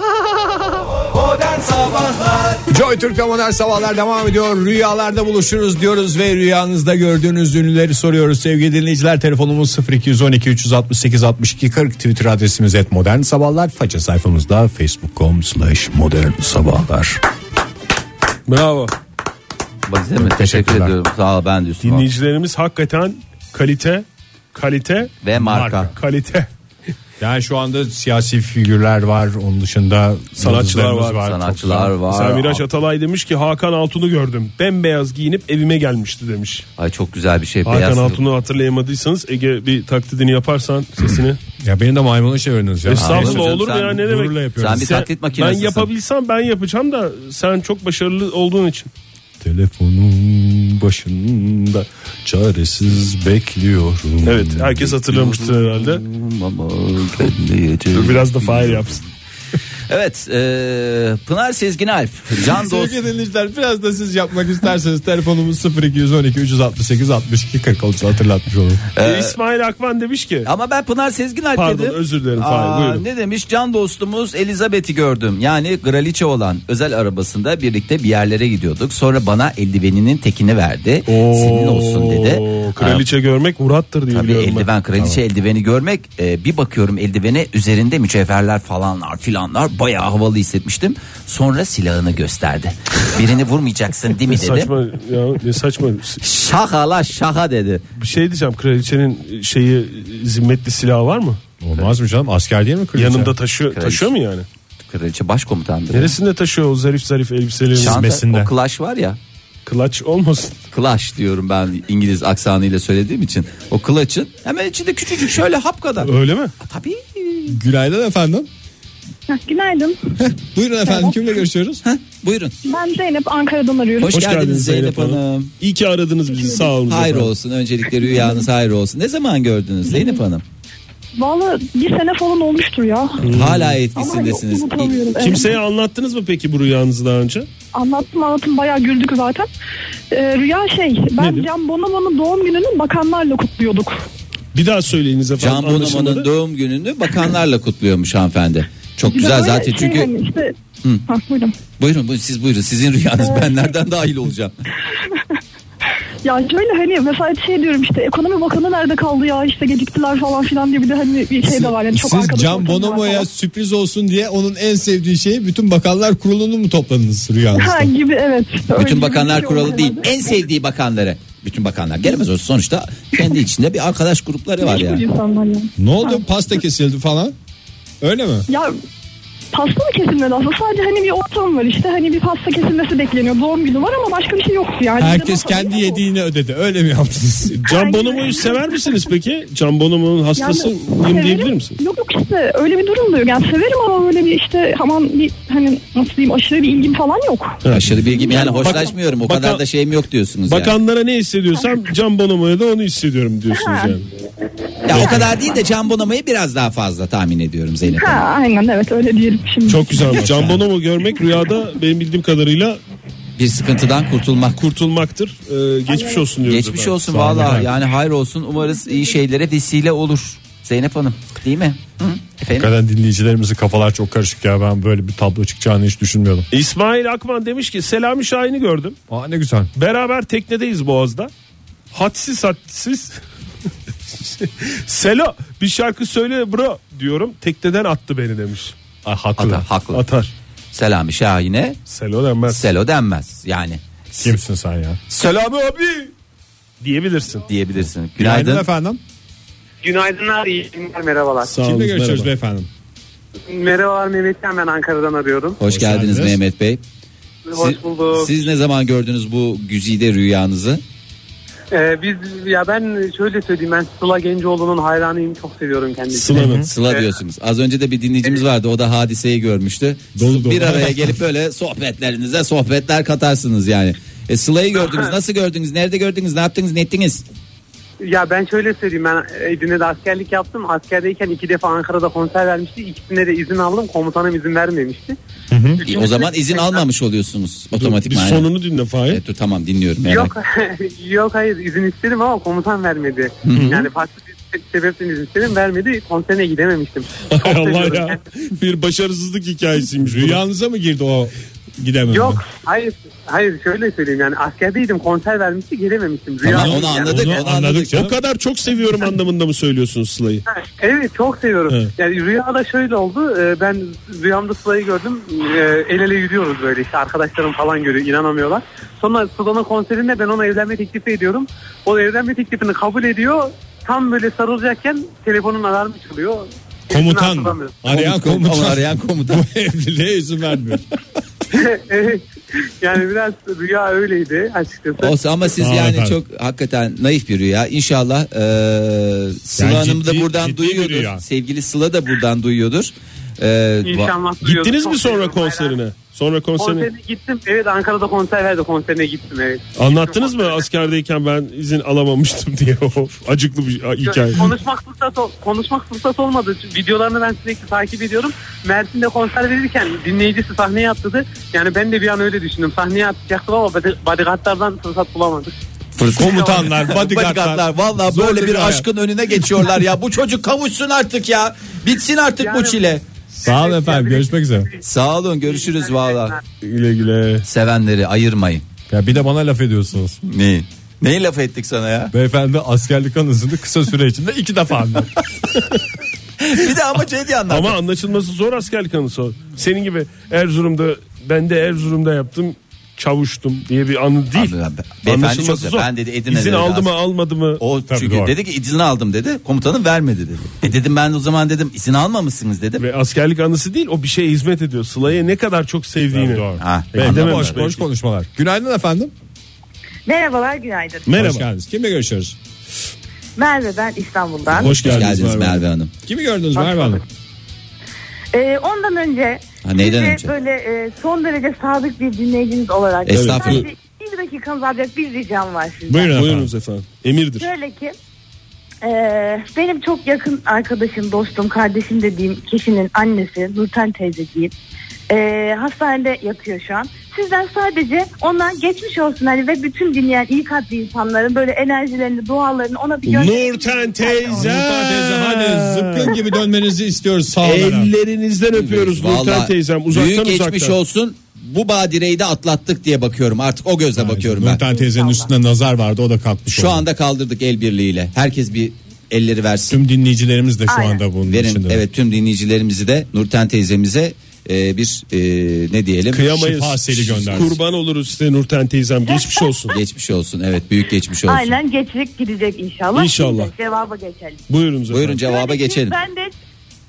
Speaker 2: Joy Türk'te modern sabahlar devam ediyor. Rüyalarda buluşuruz diyoruz ve rüyanızda gördüğünüz ünlüleri soruyoruz. Sevgili dinleyiciler telefonumuz 0212 368 62 40 Twitter adresimiz et modern sabahlar. Faça sayfamızda facebook.com slash modern sabahlar.
Speaker 4: Bravo.
Speaker 3: Bak değil mi? Teşekkür
Speaker 2: Teşekkürler.
Speaker 3: ediyorum. Sağ ol ben de üstüme aldım.
Speaker 4: Dinleyicilerimiz hakikaten kalite kalite
Speaker 3: Ve marka.
Speaker 4: kalite
Speaker 2: Yani şu anda siyasi figürler var. Onun dışında
Speaker 4: Sanatçılar
Speaker 2: yıldızlarımız
Speaker 4: var.
Speaker 2: Çok
Speaker 3: Sanatçılar
Speaker 2: güzel.
Speaker 3: var.
Speaker 4: Mesela Miraç Atalay demiş ki Hakan Altun'u gördüm. Bembeyaz giyinip evime gelmişti demiş.
Speaker 3: Ay çok güzel bir şey.
Speaker 4: Hakan
Speaker 3: Beyaz.
Speaker 4: Altun'u hatırlayamadıysanız Ege bir taklidini yaparsan sesini.
Speaker 2: Ya beni de maymuna çevirdiniz ya.
Speaker 3: Hayır,
Speaker 4: Estağfurullah olur mu
Speaker 3: sen
Speaker 4: ya ne
Speaker 2: gururla
Speaker 4: demek?
Speaker 2: yapıyorsun.
Speaker 3: Sen bir taklit makinesisin.
Speaker 4: Ben yapabilsem ben yapacağım da sen çok başarılı olduğun için.
Speaker 2: Hani Telefonun başında çaresiz bekliyorum.
Speaker 4: Evet herkes hatırlamıştır herhalde. Dur biraz da fail yapsın.
Speaker 3: Evet. e, Pınar Sezgin Alp. Can Dost.
Speaker 2: Sevgili dinleyiciler biraz da siz yapmak isterseniz telefonumuz 0212 368 62 40 olsa hatırlatmış olurum.
Speaker 3: Ee,
Speaker 4: E, İsmail Akman demiş ki
Speaker 3: Ama ben Pınar Sezgin Alp
Speaker 4: Pardon,
Speaker 3: dedim.
Speaker 4: özür dilerim Fahir,
Speaker 3: Aa,
Speaker 4: buyurun.
Speaker 3: Ne demiş? Can dostumuz Elizabeth'i gördüm. Yani Graliçe olan özel arabasında birlikte bir yerlere gidiyorduk. Sonra bana eldiveninin tekini verdi. Senin olsun dedi. Ee,
Speaker 4: "Oo, Kraliçe görmek murattır diye
Speaker 3: Tabii
Speaker 4: biliyorum ben.
Speaker 3: eldiven kraliçe eldiveni görmek e, bir bakıyorum eldivene üzerinde mücevherler falanlar filanlar bayağı havalı hissetmiştim. Sonra silahını gösterdi. Birini vurmayacaksın değil mi dedi.
Speaker 4: Saçma ya ne saçma.
Speaker 3: Şaka la şaka dedi.
Speaker 4: Bir şey diyeceğim kraliçenin şeyi zimmetli silahı var mı?
Speaker 2: Olmaz mı canım asker değil mi kraliçe?
Speaker 4: Yanında taşıyor
Speaker 3: Kraliçe.
Speaker 4: taşıyor mu yani?
Speaker 3: Kraliçe başkomutandır.
Speaker 4: Neresinde taşıyor o zarif zarif elbiselerini?
Speaker 3: Çanta,
Speaker 2: hizmesinde.
Speaker 3: o klaş var ya.
Speaker 4: Kılaç olmasın.
Speaker 3: Klaş diyorum ben İngiliz aksanıyla söylediğim için. O klaçın hemen içinde küçücük şöyle hap kadar.
Speaker 4: Öyle mi?
Speaker 3: Tabii.
Speaker 2: Günaydın efendim.
Speaker 3: Ee,
Speaker 7: Heh, Günaydın.
Speaker 2: Buyurun efendim kimle görüşüyoruz?
Speaker 3: Heh, buyurun.
Speaker 7: Ben Zeynep Ankara'dan arıyorum.
Speaker 3: Hoş, geldiniz, Zeynep Hanım.
Speaker 4: İyi ki aradınız bizi sağ olun.
Speaker 3: Hayır
Speaker 4: efendim.
Speaker 3: olsun. Öncelikle rüyanız hayır olsun. Ne zaman gördünüz Zeynep Hanım?
Speaker 7: Valla bir sene falan olmuştur ya.
Speaker 3: Hala
Speaker 7: Ama hani
Speaker 3: etkisindesiniz.
Speaker 7: unutamıyorum. Evet.
Speaker 4: Kimseye anlattınız mı peki bu rüyanızı daha önce?
Speaker 7: Anlattım anlattım bayağı güldük zaten. Ee, rüya şey ben
Speaker 4: Nedir?
Speaker 7: Can Bonomo'nun doğum gününü bakanlarla kutluyorduk.
Speaker 4: Bir daha söyleyiniz efendim.
Speaker 3: Can Bonomo'nun
Speaker 4: anlaşılmadı.
Speaker 3: doğum gününü bakanlarla kutluyormuş hanımefendi. Çok
Speaker 7: Bir de
Speaker 3: güzel
Speaker 7: böyle
Speaker 3: zaten
Speaker 7: şey
Speaker 3: çünkü
Speaker 7: hani işte- Hah, buyurun.
Speaker 3: buyurun, buyurun siz buyurun sizin rüyanız ben nereden dahil olacağım.
Speaker 7: Ya şöyle hani mesela şey diyorum işte ekonomi bakanı nerede kaldı ya işte geciktiler falan filan diye bir de hani bir şey de var yani çok
Speaker 2: Siz
Speaker 7: arkadaş
Speaker 2: Can
Speaker 7: ortamı var
Speaker 2: Bonomo'ya
Speaker 7: falan.
Speaker 2: sürpriz olsun diye onun en sevdiği şeyi bütün bakanlar kurulunu mu topladınız rüyanızda?
Speaker 7: Ha gibi evet. Öyle gibi
Speaker 3: Bütün
Speaker 7: bir
Speaker 3: bakanlar
Speaker 7: şey
Speaker 3: kuralı
Speaker 7: oldu
Speaker 3: değil.
Speaker 7: herhalde.
Speaker 3: En sevdiği bakanları. Bütün bakanlar gelemez o sonuçta kendi içinde bir arkadaş grupları E, var
Speaker 7: Meşgul
Speaker 3: yani.
Speaker 7: insanlar ya.
Speaker 2: Ne oldu pasta kesildi falan? Öyle mi?
Speaker 7: Ya pasta mı kesilmedi aslında sadece hani bir ortam var işte hani bir pasta kesilmesi bekleniyor doğum günü var ama başka bir şey yoktu yani. Bir de
Speaker 2: Herkes
Speaker 7: masa
Speaker 2: kendi
Speaker 7: yok.
Speaker 2: yediğini ödedi. Öyle mi yaptınız?
Speaker 4: Can Bonomo'yu sever misiniz peki? Can Bonomo'nun hastasıyım
Speaker 7: severim.
Speaker 4: diyebilir misin?
Speaker 7: Yok yok işte öyle bir durum da yok. Yani severim ama öyle bir işte aman bir hani nasıl diyeyim aşırı bir ilgim falan yok.
Speaker 3: Aşırı bilgim yani
Speaker 4: Bakan-
Speaker 3: hoşlaşmıyorum o
Speaker 4: bakan-
Speaker 3: kadar da şeyim yok diyorsunuz yani.
Speaker 4: Bakanlara ne hissediyorsam Can Bonomo'ya da onu hissediyorum diyorsunuz yani.
Speaker 3: Ya o kadar değil de Can Bonomo'yu biraz daha fazla tahmin ediyorum Zeynep
Speaker 7: Ha
Speaker 3: Hanım.
Speaker 7: aynen evet öyle diyelim şimdi.
Speaker 4: Çok güzelmiş. Can Bonomo görmek rüyada benim bildiğim kadarıyla
Speaker 3: Bir sıkıntıdan kurtulmak.
Speaker 4: kurtulmaktır. Ee, geçmiş olsun diyoruz.
Speaker 3: Geçmiş
Speaker 4: efendim.
Speaker 3: olsun valla yani hayır olsun umarız iyi şeylere vesile olur. Zeynep Hanım değil mi? Hı? Efendim?
Speaker 8: Hakikaten dinleyicilerimizin kafalar çok karışık ya ben böyle bir tablo çıkacağını hiç düşünmüyordum.
Speaker 4: İsmail Akman demiş ki Selami Şahin'i gördüm.
Speaker 8: Aa ne güzel.
Speaker 4: Beraber teknedeyiz Boğaz'da. Hadsiz hadsiz. Selo bir şarkı söyle bro diyorum. Tekneden attı beni demiş.
Speaker 8: Ay, haklı.
Speaker 3: Ata, haklı.
Speaker 4: Atar.
Speaker 3: Selami Şahin'e
Speaker 4: Selo denmez.
Speaker 3: selo denmez yani.
Speaker 8: Kimsin sen ya?
Speaker 4: Selami abi diyebilirsin.
Speaker 3: diyebilirsin.
Speaker 8: Günaydın
Speaker 3: Günaydın.
Speaker 8: efendim.
Speaker 9: Günaydınlar, iyi günler, merhabalar.
Speaker 4: Sağ
Speaker 2: Kimle
Speaker 4: olun,
Speaker 2: görüşüyoruz
Speaker 4: merhaba.
Speaker 2: beyefendi?
Speaker 9: Merhabalar Mehmet'ten ben Ankara'dan arıyorum.
Speaker 3: Hoş, geldiniz,
Speaker 2: geldiniz.
Speaker 3: Mehmet Bey.
Speaker 9: Hoş bulduk.
Speaker 3: Siz ne zaman gördünüz bu güzide rüyanızı?
Speaker 9: Ee, biz ya ben şöyle söyleyeyim ben Sıla Gencoğlu'nun hayranıyım çok seviyorum kendisini.
Speaker 4: Sıla'nın.
Speaker 3: Sıla
Speaker 9: Evet.
Speaker 3: diyorsunuz. Az önce de bir dinleyicimiz vardı. O da hadiseyi görmüştü.
Speaker 2: Dolu dolu.
Speaker 3: Bir araya gelip böyle sohbetlerinize sohbetler katarsınız yani. E, Sıla'yı gördünüz. Nasıl gördünüz? Nerede gördünüz? Ne yaptınız? Ne ettiniz?
Speaker 9: Ya ben şöyle söyleyeyim ben Edirne'de askerlik yaptım. Askerdeyken iki defa Ankara'da konser vermişti. İkisine de izin aldım. Komutanım izin vermemişti.
Speaker 3: E, o zaman izin almamış oluyorsunuz
Speaker 4: Bir
Speaker 3: otomatikman.
Speaker 4: sonunu dinle Fahir.
Speaker 3: Evet, dur, tamam dinliyorum. merak
Speaker 9: Yok yok hayır izin istedim ama komutan vermedi. Yani farklı bir sebepten izin istedim vermedi. Konserine gidememiştim. Çok
Speaker 4: Allah
Speaker 9: seviyorum
Speaker 4: ya. Bir başarısızlık hikayesiymiş. Rüya
Speaker 2: Rüyanıza mı girdi o gidemem?
Speaker 9: Yok hayır hayır şöyle söyleyeyim yani askerdeydim konser vermişti gelememiştim. Rüya
Speaker 3: Tamam, onu anladık. Onu,
Speaker 2: Onu
Speaker 3: anladık.
Speaker 2: anladık
Speaker 4: o kadar çok seviyorum anlamında mı söylüyorsunuz Sıla'yı?
Speaker 9: Evet çok seviyorum.
Speaker 4: Evet.
Speaker 9: Yani rüyada şöyle oldu. e, Ben rüyamda Sıla'yı gördüm. E, El ele yürüyoruz böyle işte arkadaşlarım falan görüyor inanamıyorlar. Sonra Sıla'nın konserinde ben ona evlenme teklifi ediyorum. O evlenme teklifini kabul ediyor. Tam böyle sarılacakken telefonun alarmı çalıyor. İsmini
Speaker 2: Komutan.
Speaker 9: hatırlamıyorum.
Speaker 2: Arayan
Speaker 3: Komutan-
Speaker 2: komutan.
Speaker 3: arayan komutan.
Speaker 2: Bu evliliğe izin vermiyor.
Speaker 9: Evet. yani biraz rüya öyleydi açıkçası.
Speaker 3: Olsa ama siz
Speaker 2: Sağ olun
Speaker 3: yani
Speaker 2: efendim.
Speaker 3: çok hakikaten naif bir rüya. İnşallah e, Sıla
Speaker 2: Yani
Speaker 3: Hanım da
Speaker 2: ciddi-
Speaker 3: buradan
Speaker 2: ciddi bir
Speaker 3: duyuyordur.
Speaker 2: rüya.
Speaker 3: Sevgili Sıla da buradan duyuyordur. E, va-
Speaker 9: İnşallah duyuyordur.
Speaker 4: Gittiniz
Speaker 9: Çok
Speaker 4: mi sonra
Speaker 9: seviyorum, hayran.
Speaker 4: konserine? Sonra konserine.
Speaker 9: Konserine gittim. Evet Ankara'da konser verdi. Konserine gittim evet.
Speaker 4: Anlattınız mı askerdeyken ben izin alamamıştım diye o acıklı bir hikaye.
Speaker 9: Konuşmak fırsat ol- konuşmak fırsat olmadı. Çünkü Videolarını ben sürekli takip ediyorum. Mersin'de konser verirken dinleyicisi sahneye atladı. Yani ben de bir an öyle düşündüm. Sahneye atacaktım ama body- bodyguardlardan fırsat bulamadık.
Speaker 2: Komutanlar, bodyguardlar.
Speaker 3: Bodyguardlar valla
Speaker 2: Zorla
Speaker 3: böyle
Speaker 2: bir
Speaker 3: bir
Speaker 2: hayat.
Speaker 3: aşkın önüne geçiyorlar ya. Bu çocuk kavuşsun artık ya. Bitsin artık bu
Speaker 9: Yani-
Speaker 3: çile.
Speaker 2: Sağ olun efendim. Görüşmek üzere.
Speaker 3: Sağ olun görüşürüz valla.
Speaker 4: Güle güle.
Speaker 3: Sevenleri ayırmayın.
Speaker 2: Ya bir de bana laf ediyorsunuz.
Speaker 3: Neyi? Neyi laf ettik sana ya?
Speaker 2: Beyefendi askerlik anısını kısa süre içinde iki defa anlattı.
Speaker 3: Bir de ama şey diye anlat.
Speaker 4: Ama anlaşılması zor askerlik anısı. o. Senin gibi Erzurum'da ben de Erzurum'da yaptım çavuştum diye bir anı değil.
Speaker 3: Abi, abi, beyefendi çok güzel. Ben dedi Edirne'de
Speaker 4: İzin
Speaker 3: dedi
Speaker 4: aldı mı
Speaker 3: as-
Speaker 4: almadı mı?
Speaker 3: O
Speaker 2: Tabii
Speaker 3: çünkü
Speaker 2: doğru.
Speaker 3: dedi ki izin aldım dedi. Komutanım vermedi dedi. E dedim ben o zaman dedim izin almamışsınız dedim.
Speaker 4: Ve askerlik anısı değil o bir şeye hizmet ediyor. Sıla'ya ne kadar çok sevdiğini.
Speaker 2: Doğru.
Speaker 3: Ha,
Speaker 4: Peki,
Speaker 2: Ama
Speaker 4: demem
Speaker 2: boş
Speaker 4: ben.
Speaker 2: boş konuşmalar. Günaydın efendim.
Speaker 10: Merhabalar, günaydın.
Speaker 2: Hoş
Speaker 4: Merhaba.
Speaker 2: geldiniz. Kimle görüşüyoruz?
Speaker 10: Merve ben İstanbul'dan.
Speaker 2: Hoş
Speaker 3: Hoş
Speaker 2: geldiniz,
Speaker 3: geldiniz
Speaker 2: Merve.
Speaker 3: Merve Hanım.
Speaker 2: Kimi gördünüz Merve Hanım?
Speaker 10: Ee, Ee, ondan önce
Speaker 3: Ha, neyden
Speaker 10: size
Speaker 3: önce?
Speaker 10: böyle e, son derece sadık bir dinleyiciniz olarak
Speaker 3: Estağfurullah.
Speaker 10: sadece bir dakikanız alacak bir ricam var sizden.
Speaker 4: Buyurun Buyurunuz efendim. Emirdir.
Speaker 10: Şöyle ki e, benim çok yakın arkadaşım, dostum, kardeşim dediğim kişinin annesi Nurten teyze diyeyim. e, hastanede yatıyor şu an. Sizden sadece ondan geçmiş olsun hani ve bütün dinleyen iyi kalpli insanların böyle enerjilerini, dualarını ona bir gönderin.
Speaker 4: Nurten teyze.
Speaker 7: Nurten teyze
Speaker 2: Ee.
Speaker 7: hadi zıpkın gibi dönmenizi istiyoruz sağ olarak.
Speaker 4: Ellerinizden öpüyoruz Nurten
Speaker 3: Vallahi
Speaker 4: teyzem.
Speaker 3: büyük
Speaker 4: Uzaktan
Speaker 3: geçmiş
Speaker 4: uzaktan.
Speaker 3: olsun. Bu badireyi de atlattık diye bakıyorum. Artık o gözle bakıyorum ben.
Speaker 7: Nurten teyzenin üstünde nazar vardı o da kalkmış
Speaker 3: Şu
Speaker 7: oldu.
Speaker 3: anda kaldırdık el birliğiyle. Herkes bir elleri versin.
Speaker 7: Tüm dinleyicilerimiz de şu
Speaker 10: Aynen.
Speaker 7: anda bunun
Speaker 3: Verin
Speaker 7: içinde.
Speaker 3: evet tüm dinleyicilerimizi de Nurten teyzemize e, bir e, ne diyelim?
Speaker 4: Kıyamayız.
Speaker 7: Şifa seli göndersin.
Speaker 4: Kurban oluruz size Nurten teyzem. Geçmiş olsun.
Speaker 3: Geçmiş olsun. Evet büyük geçmiş olsun.
Speaker 10: Aynen geçirip gidecek inşallah.
Speaker 4: İnşallah.
Speaker 10: Şimdi cevaba geçelim.
Speaker 4: Buyurunuz efendim.
Speaker 3: Buyurun cevaba
Speaker 10: Şöyle ki,
Speaker 3: geçelim.
Speaker 10: Ben de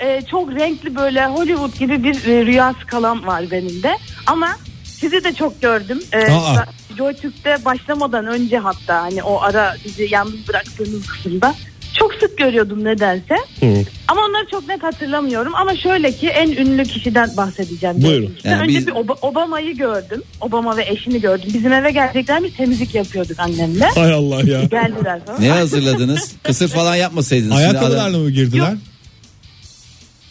Speaker 10: e, çok renkli böyle Hollywood gibi bir e, rüya skalam var benim de. Ama sizi de çok gördüm. E,
Speaker 7: Aa.
Speaker 10: ben JoyTürk'te başlamadan önce hatta hani o ara bizi yalnız bıraktığınız kısımda çok sık görüyordum nedense. Ama onları çok net hatırlamıyorum. Ama şöyle ki en ünlü kişiden bahsedeceğim.
Speaker 4: Buyurun.
Speaker 10: JoyTürk'te.
Speaker 3: Yani
Speaker 10: önce
Speaker 3: biz-
Speaker 10: bir Ob- Obama'yı gördüm. Obama ve eşini gördüm. Bizim eve geleceklermiş temizlik yapıyorduk annemle.
Speaker 4: Hay Allah ya.
Speaker 10: Geldiler sonra.
Speaker 3: Ne hazırladınız? Kısır falan yapmasaydınız. Şimdi adam-
Speaker 7: Ayakkabılarla mı girdiler?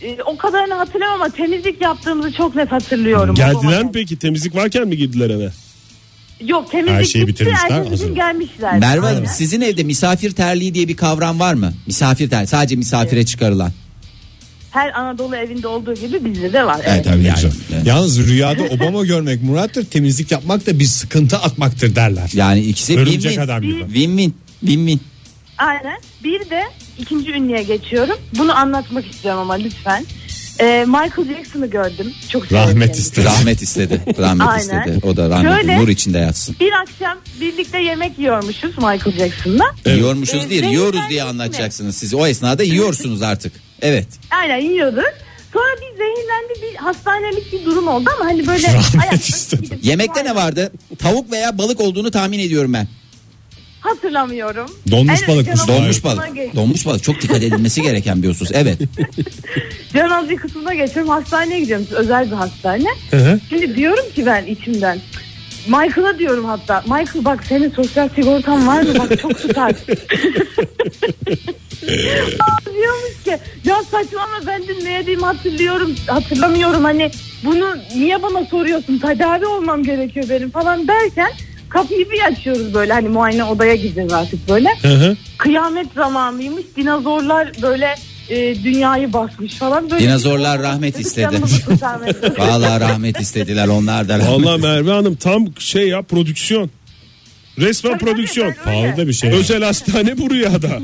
Speaker 10: Ee, o kadarını hatırlamıyorum ama temizlik yaptığımızı çok net hatırlıyorum. O
Speaker 4: Geldiler
Speaker 10: zaman.
Speaker 4: mi peki? Temizlik varken mi girdiler eve?
Speaker 10: Yok temizlik
Speaker 7: Her şeyi
Speaker 10: bitti.
Speaker 7: bitirmişler,
Speaker 10: Ertesi
Speaker 7: hazır.
Speaker 10: gün gelmişler.
Speaker 3: Merve Hanım
Speaker 10: Aynen.
Speaker 3: sizin evde misafir terliği diye bir kavram var mı? Misafir terliği sadece misafire çıkarılan.
Speaker 10: Her Anadolu evinde olduğu gibi bizde de var. Evet.
Speaker 7: Tabii
Speaker 3: Yani,
Speaker 7: güzel.
Speaker 3: yani.
Speaker 7: Yalnız rüyada Obama görmek murattır, temizlik yapmak da bir sıkıntı atmaktır derler.
Speaker 3: Yani ikisi
Speaker 7: Örümcek
Speaker 3: win-win.
Speaker 7: adam gibi.
Speaker 3: Win-win. Win-win.
Speaker 10: Aynen. Bir de ikinci ünlüye geçiyorum. Bunu anlatmak istiyorum ama lütfen. Ee, Michael Jackson'ı gördüm. Çok severim
Speaker 7: Rahmet
Speaker 10: kendisini.
Speaker 7: ister.
Speaker 3: Rahmet istedi. Rahmet
Speaker 10: Aynen.
Speaker 3: istedi. O da rahmet
Speaker 10: Şöyle-
Speaker 3: nur içinde yatsın.
Speaker 10: Bir akşam birlikte yemek yiyormuşuz Michael Jackson'la.
Speaker 3: Yiyormuşuz
Speaker 10: Ee,
Speaker 3: değil,
Speaker 10: ben-
Speaker 3: yiyoruz
Speaker 10: ben-
Speaker 3: diye anlatacaksınız siz. O esnada yiyorsunuz artık. Evet.
Speaker 10: Aynen yiyorduk. Sonra bir zehirlendi bir hastanelik bir durum oldu ama hani böyle ayakta
Speaker 7: istedim.
Speaker 10: gidip-
Speaker 3: Yemekte ne vardı? Tavuk veya balık olduğunu tahmin ediyorum ben.
Speaker 10: Hatırlamıyorum.
Speaker 7: Donmuş
Speaker 10: En-
Speaker 7: balıkmış.
Speaker 10: Can
Speaker 3: Donmuş
Speaker 10: alıcı
Speaker 3: balık.
Speaker 10: kısmına geç-
Speaker 3: Donmuş balık çok dikkat edilmesi gereken bir husus. Evet.
Speaker 10: Can alıcı kısmına geçiyorum. Hastaneye gidiyorum. Özel bir hastane. Şimdi diyorum ki ben içimden. Michael'a diyorum hatta. Michael bak senin sosyal sigortan var mı? Bak çok tutar. Aa, Diyormuş ki ya saçmalama ben dün ne yediğimi hatırlıyorum. Hatırlamıyorum hani bunu niye bana soruyorsun? Tedavi olmam gerekiyor benim falan derken kapıyı bir açıyoruz böyle hani muayene odaya gideceğiz artık böyle kıyamet zamanıymış. Dinozorlar böyle e, dünyayı basmış falan. Böyle
Speaker 3: Dinozorlar rahmet istedi.
Speaker 10: Canımızı kurtarmaya çalışıyor.
Speaker 3: Vallahi rahmet istediler onlar da. rahmet-
Speaker 4: Vallahi Merve Hanım tam şey ya prodüksiyon. Resmen
Speaker 10: Tabii,
Speaker 4: prodüksiyon.
Speaker 10: tabii, ben öyle. Pahalı
Speaker 7: da bir şey.
Speaker 4: Özel hastane bu rüyada.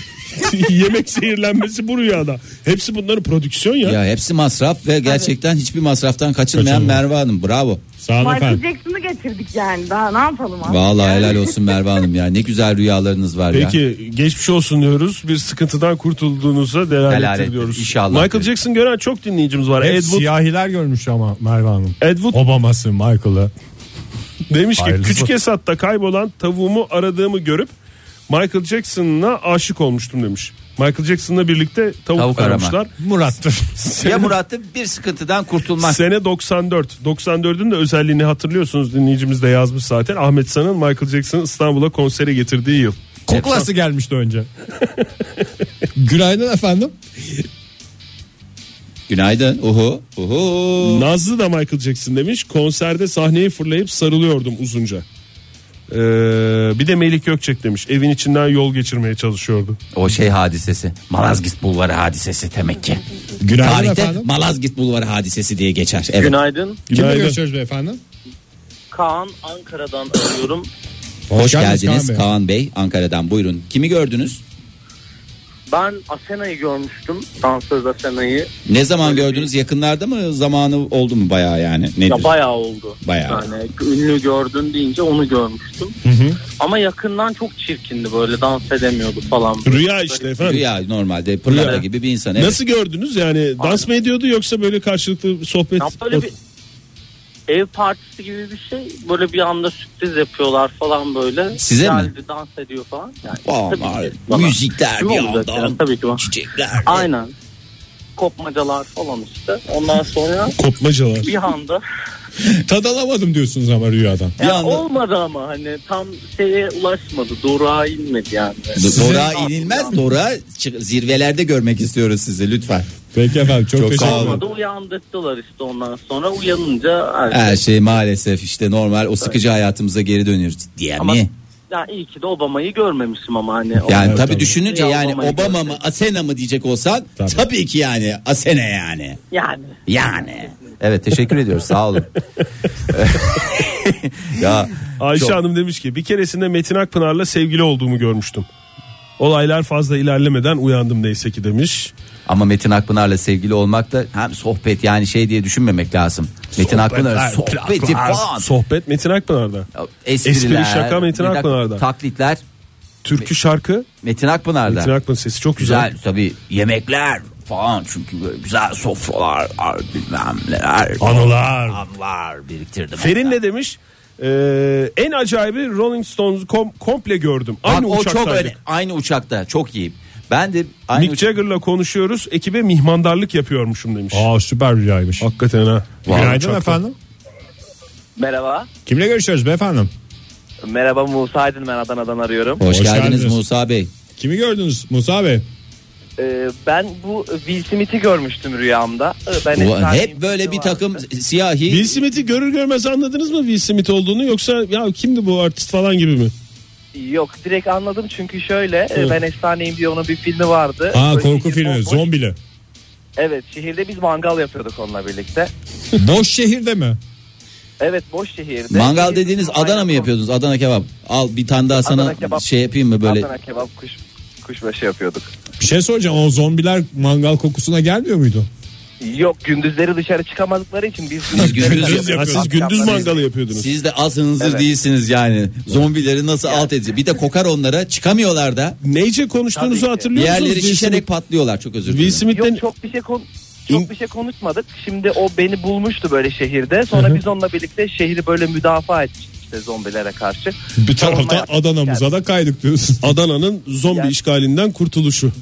Speaker 4: Yemek zehirlenmesi bu rüyada. Hepsi bunların prodüksiyon ya.
Speaker 3: Ya hepsi masraf ve gerçekten hiçbir masraftan kaçınmayan Merve Hanım. Bravo.
Speaker 7: Sağ olun
Speaker 10: Michael
Speaker 7: efendim.
Speaker 10: Jackson'ı getirdik yani daha ne yapalım abi.
Speaker 3: Vallahi helal olsun Merve Hanım ya. Ne güzel rüyalarınız var ya.
Speaker 4: Peki geçmiş olsun diyoruz. Bir sıkıntıdan kurtulduğunuza
Speaker 3: Delalet
Speaker 4: delalet
Speaker 3: etti.
Speaker 4: ediyoruz.
Speaker 3: İnşallah.
Speaker 4: Michael Jackson gören çok dinleyicimiz var.
Speaker 7: Hep
Speaker 4: Ed Wood,
Speaker 7: siyahiler görmüş ama Merve Hanım.
Speaker 4: Ed Wood
Speaker 7: Obama'sı Michael'ı.
Speaker 4: demiş ki
Speaker 7: Hayırlısı.
Speaker 4: küçük Esat'ta kaybolan tavuğumu aradığımı görüp Michael Jackson'la aşık olmuştum demiş. Michael Jackson'la birlikte tavuk,
Speaker 3: Tavuk arama.
Speaker 4: aramışlar.
Speaker 7: Murat'tır.
Speaker 3: Ya Murat'ı bir sıkıntıdan kurtulmak.
Speaker 4: Sene 94. 94'ün de özelliğini hatırlıyorsunuz dinleyicimiz de yazmış zaten. Ahmet San'ın Michael Jackson'ı İstanbul'a konsere getirdiği yıl.
Speaker 7: Kuklası gelmişti önce. Günaydın efendim.
Speaker 3: Günaydın. Uhu. Uhu.
Speaker 4: Nazlı da Michael Jackson demiş. Konserde sahneyi fırlayıp sarılıyordum uzunca. Ee, bir de Melik Gökçek demiş. Evin içinden yol geçirmeye çalışıyordu.
Speaker 3: O şey hadisesi. Malazgirt Bulvarı hadisesi demek ki.
Speaker 7: Günaydın
Speaker 3: Tarihte
Speaker 7: efendim.
Speaker 3: Malazgirt Bulvarı hadisesi diye geçer. Evet.
Speaker 6: Günaydın.
Speaker 7: Kimle
Speaker 4: Günaydın.
Speaker 7: görüşüyoruz beyefendi?
Speaker 6: Kaan Ankara'dan arıyorum.
Speaker 3: Hoş geldiniz
Speaker 7: Kaan Bey.
Speaker 3: Kaan, Bey Ankara'dan buyurun. Kimi gördünüz?
Speaker 6: Ben Asena'yı görmüştüm. Dansöz Asena'yı.
Speaker 3: Ne zaman gördünüz? Yakınlarda mı? Zamanı oldu mu bayağı yani? Nedir?
Speaker 6: Ya bayağı oldu.
Speaker 3: Bayağı.
Speaker 6: Yani ünlü gördün deyince onu görmüştüm. Ama yakından çok çirkindi böyle dans edemiyordu falan.
Speaker 4: Rüya işte efendim.
Speaker 3: Rüya normalde pırlanta
Speaker 4: Rüya.
Speaker 3: gibi bir insan. Evet.
Speaker 4: Nasıl gördünüz yani? Dans mı ediyordu yoksa böyle karşılıklı sohbet?
Speaker 6: Ya böyle bir ev partisi gibi bir şey. Böyle bir anda sürpriz yapıyorlar falan böyle.
Speaker 3: Size mi?
Speaker 6: Geldi, dans ediyor falan. Yani,
Speaker 3: Aman,
Speaker 6: tabii ki. Falan.
Speaker 3: müzikler
Speaker 6: Kim
Speaker 3: bir
Speaker 6: olacak
Speaker 3: yandan.
Speaker 6: yani? Tabii ki.
Speaker 3: Çiçekler.
Speaker 6: Aynen.
Speaker 11: kopmacalar falan işte. Ondan sonra
Speaker 4: Kopmacalar.
Speaker 11: bir anda
Speaker 7: Tad alamadım diyorsunuz ama rüyadan.
Speaker 11: Ya olmadı ama hani tam şeye ulaşmadı. Durağa inmedi yani.
Speaker 3: Dora inilmez. Dora çı- zirvelerde görmek istiyoruz sizi lütfen.
Speaker 7: Peki efendim çok,
Speaker 3: Çok
Speaker 7: teşekkür
Speaker 3: sağ olun.
Speaker 7: ederim.
Speaker 11: Olmadı uyandırdılar işte ondan sonra uyanınca her şey-
Speaker 3: Her şey maalesef işte normal o sıkıcı hayatımıza geri dönüyoruz diye
Speaker 11: Ama
Speaker 3: mi?
Speaker 11: ya iyi ki de Obama'yı görmemişim ama hani.
Speaker 3: Yani
Speaker 11: Obama-
Speaker 3: tabii düşününce
Speaker 11: Ya
Speaker 3: yani
Speaker 11: Obama'yı
Speaker 3: Obama
Speaker 11: görmedim.
Speaker 3: mı Asena mı diyecek olsan
Speaker 7: Tabii.
Speaker 3: tabii, ki yani Asena yani.
Speaker 11: Yani.
Speaker 3: Yani. Evet teşekkür ediyoruz sağ olun. ya
Speaker 4: Ayşe
Speaker 3: çok-
Speaker 4: Hanım demiş ki bir keresinde Metin Akpınar'la sevgili olduğumu görmüştüm. Olaylar fazla ilerlemeden uyandım neyse ki demiş.
Speaker 3: Ama Metin Akpınar'la sevgili olmak da hem sohbet yani şey diye düşünmemek lazım. Metin Akpınar sohbeti falan.
Speaker 4: Sohbet Metin Akpınar'da.
Speaker 3: Espriler,
Speaker 4: Espri, şaka Metin
Speaker 3: bir dakika,
Speaker 4: Akpınar'da.
Speaker 3: Taklitler
Speaker 4: Türkü şarkı
Speaker 3: Metin Akpınar'da.
Speaker 4: Metin Akpınar'ın sesi çok
Speaker 3: güzel,
Speaker 4: güzel.
Speaker 3: tabii yemekler falan çünkü böyle güzel sofralar ar- bilmem neler.
Speaker 4: Anılar.
Speaker 3: Anılar biriktirdim.
Speaker 4: Ferin ne demiş? Ee, en acayibi Rolling Stones'u kom- komple gördüm.
Speaker 3: Bak,
Speaker 4: Aynı
Speaker 3: o
Speaker 4: uçaktaydık.
Speaker 3: çok öyle. Aynı uçakta çok iyi. Ben de aynı
Speaker 4: Mick Jagger'la konuşuyoruz. Ekibe mihmandarlık yapıyormuşum demiş.
Speaker 2: Aa süper rüyaymış.
Speaker 4: Hakikaten ha.
Speaker 2: Günaydın
Speaker 4: Uçakta.
Speaker 2: efendim.
Speaker 11: Merhaba.
Speaker 2: Kimle görüşüyoruz beyefendim?
Speaker 11: Merhaba Musa Aydın ben Adana'dan arıyorum.
Speaker 3: Hoş,
Speaker 2: Hoş
Speaker 3: geldiniz,
Speaker 2: geldiniz.
Speaker 3: Musa Bey.
Speaker 2: Kimi gördünüz Musa Bey?
Speaker 11: Ee, ben bu Will Smith'i görmüştüm rüyamda. Ee, Ben
Speaker 3: Bu-
Speaker 11: efsaneyim
Speaker 3: hep böyle bir
Speaker 11: vardı.
Speaker 3: takım siyahi
Speaker 4: Will Smith'i görür görmez anladınız mı Will Smith olduğunu yoksa ya kimdi bu artist falan gibi mi?
Speaker 11: Yok direkt anladım çünkü şöyle e, ben efsaneyim diye onun bir filmi vardı.
Speaker 7: Ha
Speaker 11: Böyle
Speaker 7: korku
Speaker 11: şehir
Speaker 7: filmi
Speaker 11: bomboş.
Speaker 7: zombili.
Speaker 11: Evet şehirde biz mangal yapıyorduk onunla birlikte.
Speaker 7: Boş şehirde mi?
Speaker 11: Evet boş şehirde.
Speaker 3: Mangal
Speaker 11: Şehir-
Speaker 3: dediğiniz Adana
Speaker 11: Aynen,
Speaker 3: mı yapıyordunuz? Adana kebap. Al bir tane daha sana
Speaker 11: Adana kebap.
Speaker 3: şey yapayım mı böyle?
Speaker 11: Adana kebap kuş, kuşbaşı yapıyorduk.
Speaker 7: Bir şey soracağım o zombiler mangal kokusuna gelmiyor muydu?
Speaker 11: Yok gündüzleri dışarı çıkamadıkları için biz
Speaker 3: gündüz
Speaker 11: gündüzleri
Speaker 3: yapıyoruz.
Speaker 4: Ha, siz gündüz mangalı yapıyordunuz.
Speaker 3: Siz de az hınzır
Speaker 11: Evet.
Speaker 3: değilsiniz yani. Zombileri nasıl alt edici? Bir de kokar onlara çıkamıyorlar da.
Speaker 4: Neyce
Speaker 11: Tabii
Speaker 4: konuştuğunuzu
Speaker 11: ki.
Speaker 4: hatırlıyor musunuz?
Speaker 3: Diğerleri
Speaker 4: Will
Speaker 3: şişerek
Speaker 4: Smith-
Speaker 3: patlıyorlar. Çok özür
Speaker 4: Will
Speaker 3: dilerim.
Speaker 4: Smith'ten
Speaker 11: Yok çok bir şey kon çok bir şey konuşmadık. Şimdi o beni bulmuştu böyle şehirde. Sonra biz onunla birlikte şehri böyle müdafaa etmiştik işte zombilere karşı.
Speaker 7: Bir
Speaker 11: Sonra
Speaker 7: taraftan
Speaker 11: yaptık
Speaker 7: Adana'mıza da kaydık diyorsun.
Speaker 4: Adana'nın zombi
Speaker 11: Yani-
Speaker 4: işgalinden kurtuluşu.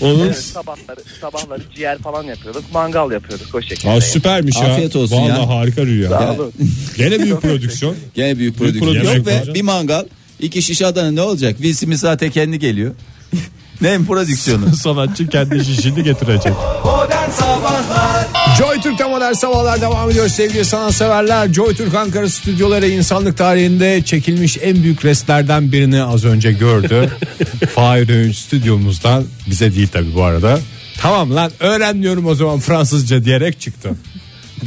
Speaker 4: Onun
Speaker 11: Evet, sabahları, sabahları ciğer falan yapıyorduk. Mangal yapıyorduk o şekilde.
Speaker 7: Aa, süpermiş ya.
Speaker 3: Afiyet olsun
Speaker 7: Vallahi
Speaker 3: ya.
Speaker 7: harika rüya.
Speaker 11: Sağ olun.
Speaker 7: Gene büyük prodüksiyon.
Speaker 3: Gene büyük
Speaker 7: Büyük
Speaker 3: prodüksiyon.
Speaker 7: prodüksiyon.
Speaker 3: Yok be
Speaker 7: Yemek
Speaker 3: bir mangal. iki şişe Adana ne olacak? Will Smith zaten kendi geliyor. ne prodüksiyonu?
Speaker 2: Sanatçı kendi şişini getirecek.
Speaker 1: Modern Sabahlar
Speaker 2: Joy Türk'te modern sabahlar devam ediyor sevgili sanatseverler. Joy Türk Ankara stüdyoları insanlık tarihinde çekilmiş en büyük restlerden birini az önce gördü. Fahir Öğünç stüdyomuzdan bize değil tabi bu arada. Tamam lan öğrenmiyorum o zaman Fransızca diyerek çıktı.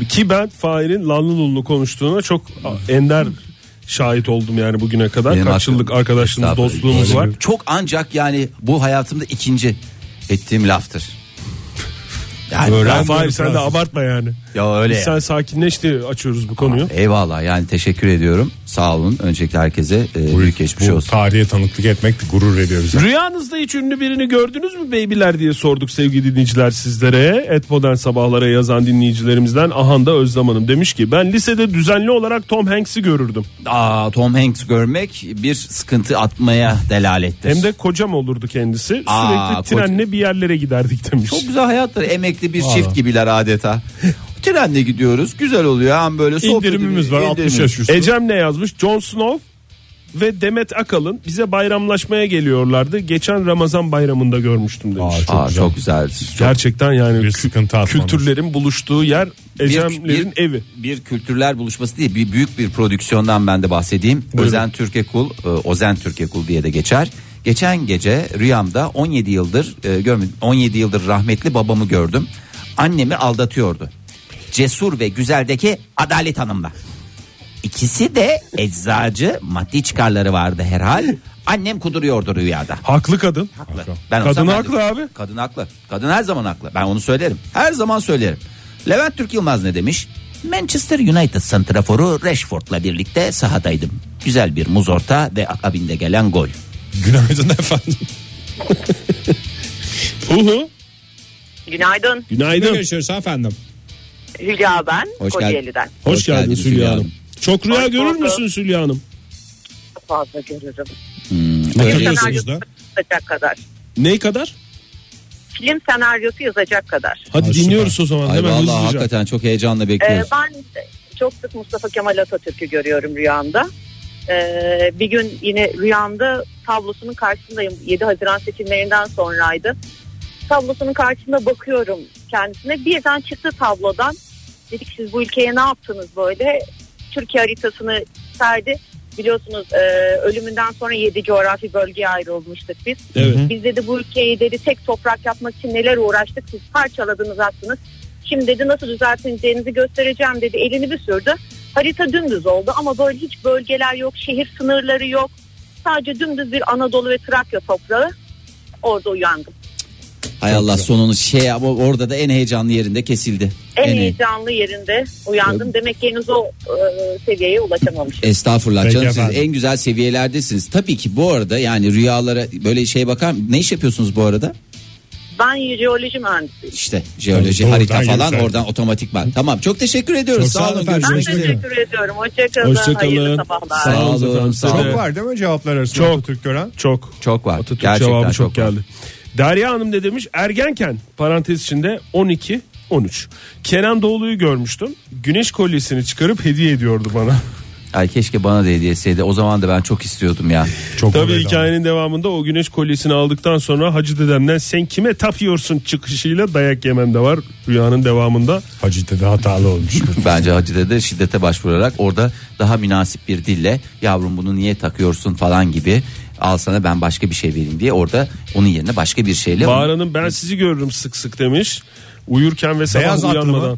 Speaker 4: ki ben Fahir'in Lanlulunlu konuştuğuna çok a- ender şahit oldum yani bugüne kadar.
Speaker 3: Benim
Speaker 4: Kaç yıllık
Speaker 3: hakkım.
Speaker 4: arkadaşlığımız,
Speaker 3: Estağfurullah.
Speaker 4: dostluğumuz var.
Speaker 3: Çok ancak yani bu hayatımda ikinci ettiğim laftır. Yani
Speaker 4: Ya
Speaker 2: Öğrenmiyorum
Speaker 4: Fahir sen de
Speaker 2: Fransızca.
Speaker 4: abartma yani.
Speaker 3: Ya öyle
Speaker 4: Biz
Speaker 3: ya.
Speaker 4: Sen sakinleşti açıyoruz bu konuyu.
Speaker 3: Eyvallah yani teşekkür ediyorum. Sağ olun. Öncelikle herkese e, büyük geçmiş
Speaker 7: Bu
Speaker 3: olsun.
Speaker 7: tarihe tanıklık etmek de gurur veriyor bize.
Speaker 4: Rüyanızda hiç ünlü birini gördünüz mü beybiler diye sorduk sevgili dinleyiciler sizlere. Et Modern Sabahlara yazan dinleyicilerimizden Ahanda Özlem Hanım demiş ki ben lisede düzenli olarak Tom Hanks'i görürdüm.
Speaker 3: Aa, Tom Hanks görmek bir sıkıntı atmaya delalettir.
Speaker 4: Hem de kocam olurdu kendisi. Sürekli
Speaker 3: Aa, koca-
Speaker 4: trenle bir yerlere giderdik demiş.
Speaker 3: Çok güzel hayatları emekli bir çift gibiler adeta. Trenle gidiyoruz güzel oluyor hem böyle sohbet
Speaker 7: İndirimimiz var 60 yaş üstü.
Speaker 4: Ecem ne yazmış? Jon Snow ve Demet Akalın bize bayramlaşmaya geliyorlardı. Geçen Ramazan bayramında görmüştüm demiş.
Speaker 7: Aa,
Speaker 3: Aa, çok güzel. Çok-
Speaker 4: Gerçekten yani
Speaker 7: Bir
Speaker 4: kü-
Speaker 7: sıkıntı atmamış.
Speaker 4: kültürlerin buluştuğu yer Ecemlerin evi.
Speaker 3: bir kültürler buluşması değil bir büyük bir prodüksiyondan ben de bahsedeyim. Özen Türkekul, e, Ozen Türkekul diye de geçer. Geçen gece rüyamda 17 yıldır e, görmedim 17 yıldır rahmetli babamı gördüm. Annemi aldatıyordu. Cesur ve güzeldeki Adalet Hanım'la. İkisi de eczacı maddi çıkarları vardı herhal. Annem kuduruyordu rüyada.
Speaker 4: Haklı kadın.
Speaker 3: Haklı. Ben
Speaker 4: Kadın
Speaker 3: olsam ben
Speaker 4: haklı
Speaker 3: de-
Speaker 4: abi.
Speaker 3: Kadın haklı. Kadın her zaman haklı. Ben onu söylerim. Her zaman söylerim. Levent Türk Yılmaz ne demiş? Manchester United santraforu Rashford'la birlikte sahadaydım. Güzel bir muz orta ve akabinde gelen gol.
Speaker 7: Günaydın efendim.
Speaker 4: Uhu.
Speaker 5: Günaydın
Speaker 7: Kimle
Speaker 4: Günaydın.
Speaker 7: görüşüyoruz efendim?
Speaker 5: Hülya ben
Speaker 3: Hoş geldin.
Speaker 5: Kocaeli'den.
Speaker 4: Hoş,
Speaker 3: Hoş
Speaker 4: geldiniz
Speaker 3: geldiniz
Speaker 4: Hülya
Speaker 3: Hülya
Speaker 4: Hanım.
Speaker 3: Hanım.
Speaker 4: Çok rüya
Speaker 5: Hoş
Speaker 4: görür
Speaker 5: bulduk.
Speaker 4: müsünüz Hülya Hanım?
Speaker 5: Çok fazla görürüm.
Speaker 7: Ne
Speaker 5: Senaryo
Speaker 7: görüyorsunuz da?
Speaker 5: tutacak kadar.
Speaker 4: Ne kadar?
Speaker 12: film senaryosu yazacak kadar.
Speaker 4: Hadi dinliyoruz o zaman
Speaker 3: Ay
Speaker 4: hemen
Speaker 3: vallahi
Speaker 4: hızlıca.
Speaker 3: hakikaten çok heyecanla
Speaker 12: Ee,
Speaker 3: bekliyoruz.
Speaker 12: ben çok sık Mustafa Kemal Atatürk'ü görüyorum rüyamda. Ee, bir gün yine rüyamda tablosunun karşısındayım. 7 Haziran seçimlerinden sonraydı. Tablosunun karşısında bakıyorum kendisine. Birden çıktı tablodan. Dedi ki siz bu ülkeye ne yaptınız böyle? Türkiye haritasını serdi. Biliyorsunuz e, ölümünden sonra 7 coğrafi bölgeye ayrılmıştık biz.
Speaker 13: Evet.
Speaker 12: Biz dedi bu ülkeyi dedi tek toprak yapmak için neler uğraştık siz parçaladınız aslında. Şimdi dedi nasıl düzelteceğinizi göstereceğim dedi elini bir sürdü. Harita dümdüz oldu ama böyle hiç bölgeler yok, şehir sınırları yok. Sadece dümdüz bir Anadolu ve Trakya toprağı. Orada uyandım.
Speaker 3: Hay Allah sonunu şey ama orada da en heyecanlı yerinde kesildi.
Speaker 12: En
Speaker 3: En-
Speaker 12: heyecanlı yerinde uyandım. Demek ki henüz o e, seviyeye ulaşamamışım.
Speaker 3: Estağfurullah
Speaker 14: Peki
Speaker 3: canım siz
Speaker 14: efendim.
Speaker 3: en güzel seviyelerdesiniz. Tabii ki bu arada yani rüyalara böyle şey bakar Ne iş yapıyorsunuz bu arada?
Speaker 12: Ben jeoloji mühendisiyim.
Speaker 3: İşte jeoloji
Speaker 14: Doğrudan
Speaker 3: harita falan
Speaker 14: yükseldi.
Speaker 3: oradan otomatikman. Tamam çok teşekkür ediyoruz.
Speaker 2: Çok
Speaker 3: sağ
Speaker 2: sağ
Speaker 3: olun.
Speaker 2: olun efendim.
Speaker 12: Ben
Speaker 3: Görüşmek üzere.
Speaker 12: teşekkür ediyorum. Hoşçakalın.
Speaker 3: Hoşçakalın.
Speaker 12: Hayırlı sabahlar.
Speaker 3: Sağ olun. Sağ olun.
Speaker 2: Çok var değil mi cevaplar arasında
Speaker 4: Çok.
Speaker 2: Atatürk gören?
Speaker 4: Çok.
Speaker 3: Çok var.
Speaker 4: Atatürk
Speaker 3: Gerçekten
Speaker 4: cevabı çok,
Speaker 3: çok var.
Speaker 4: geldi. Derya Hanım ne demiş? Ergenken parantez içinde 12 13. Kenan Doğulu'yu görmüştüm. Güneş kolyesini çıkarıp hediye ediyordu bana.
Speaker 3: Ay keşke bana da hediye etseydi. O zaman da ben çok istiyordum ya.
Speaker 4: Tabii hikayenin devamında o güneş kolyesini aldıktan sonra Hacı dedemden sen kime tapıyorsun çıkışıyla dayak yemem de var rüyanın devamında.
Speaker 2: Hacı dede hatalı olmuş.
Speaker 3: Bence Hacı Dede şiddete başvurarak orada daha münasip bir dille yavrum bunu niye takıyorsun falan gibi al sana ben başka bir şey vereyim diye orada onun yerine başka bir şeyle
Speaker 4: Bahar Hanım ben sizi görürüm sık sık demiş. Uyurken ve sabah
Speaker 3: Beyaz atlı mı?
Speaker 4: uyanmadan.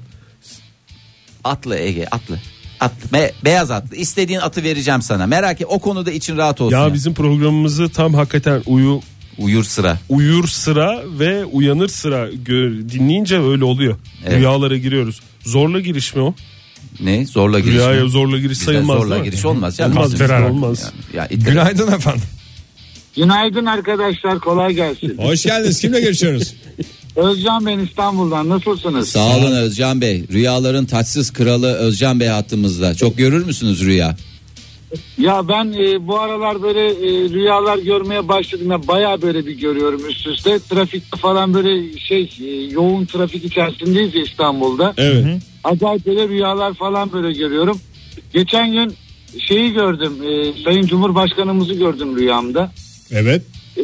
Speaker 3: atlı Ege atlı. Atlı, be- beyaz atlı. İstediğin atı vereceğim sana. Merak et o konuda için rahat olsun.
Speaker 4: Ya
Speaker 3: yani.
Speaker 4: bizim programımızı tam hakikaten uyu
Speaker 3: uyur sıra.
Speaker 4: Uyur sıra ve uyanır sıra gö- dinleyince öyle oluyor.
Speaker 3: Evet.
Speaker 4: Rüyalara giriyoruz. Zorla giriş mi o?
Speaker 3: Ne? Zorla giriş
Speaker 4: Rüyaya
Speaker 3: mi?
Speaker 4: zorla giriş
Speaker 3: Bizde
Speaker 4: sayılmaz.
Speaker 3: zorla
Speaker 4: değil mi?
Speaker 3: giriş olmaz ya.
Speaker 4: Olmaz.
Speaker 3: Bizim-
Speaker 4: bizde
Speaker 3: Ferhat.
Speaker 4: olmaz.
Speaker 3: Ya,
Speaker 7: Günaydın efendim.
Speaker 15: Günaydın arkadaşlar kolay gelsin.
Speaker 7: Hoş geldiniz. Kimle görüşüyoruz?
Speaker 15: Özcan ben İstanbul'dan nasılsınız?
Speaker 3: Sağ olun Özcan Bey. Rüyaların taçsız kralı Özcan Bey hattımızda. Çok görür müsünüz rüya?
Speaker 15: Ya ben e, bu aralar böyle e, rüyalar görmeye başladım. Ya bayağı böyle bir görüyorum üst üste. Trafikte falan böyle şey e, yoğun trafik içerisindeyiz ya İstanbul'da.
Speaker 4: Evet.
Speaker 15: Acayip böyle rüyalar falan böyle görüyorum. Geçen gün şeyi gördüm. e, Sayın Cumhurbaşkanımızı gördüm rüyamda.
Speaker 7: Evet.
Speaker 15: Ee,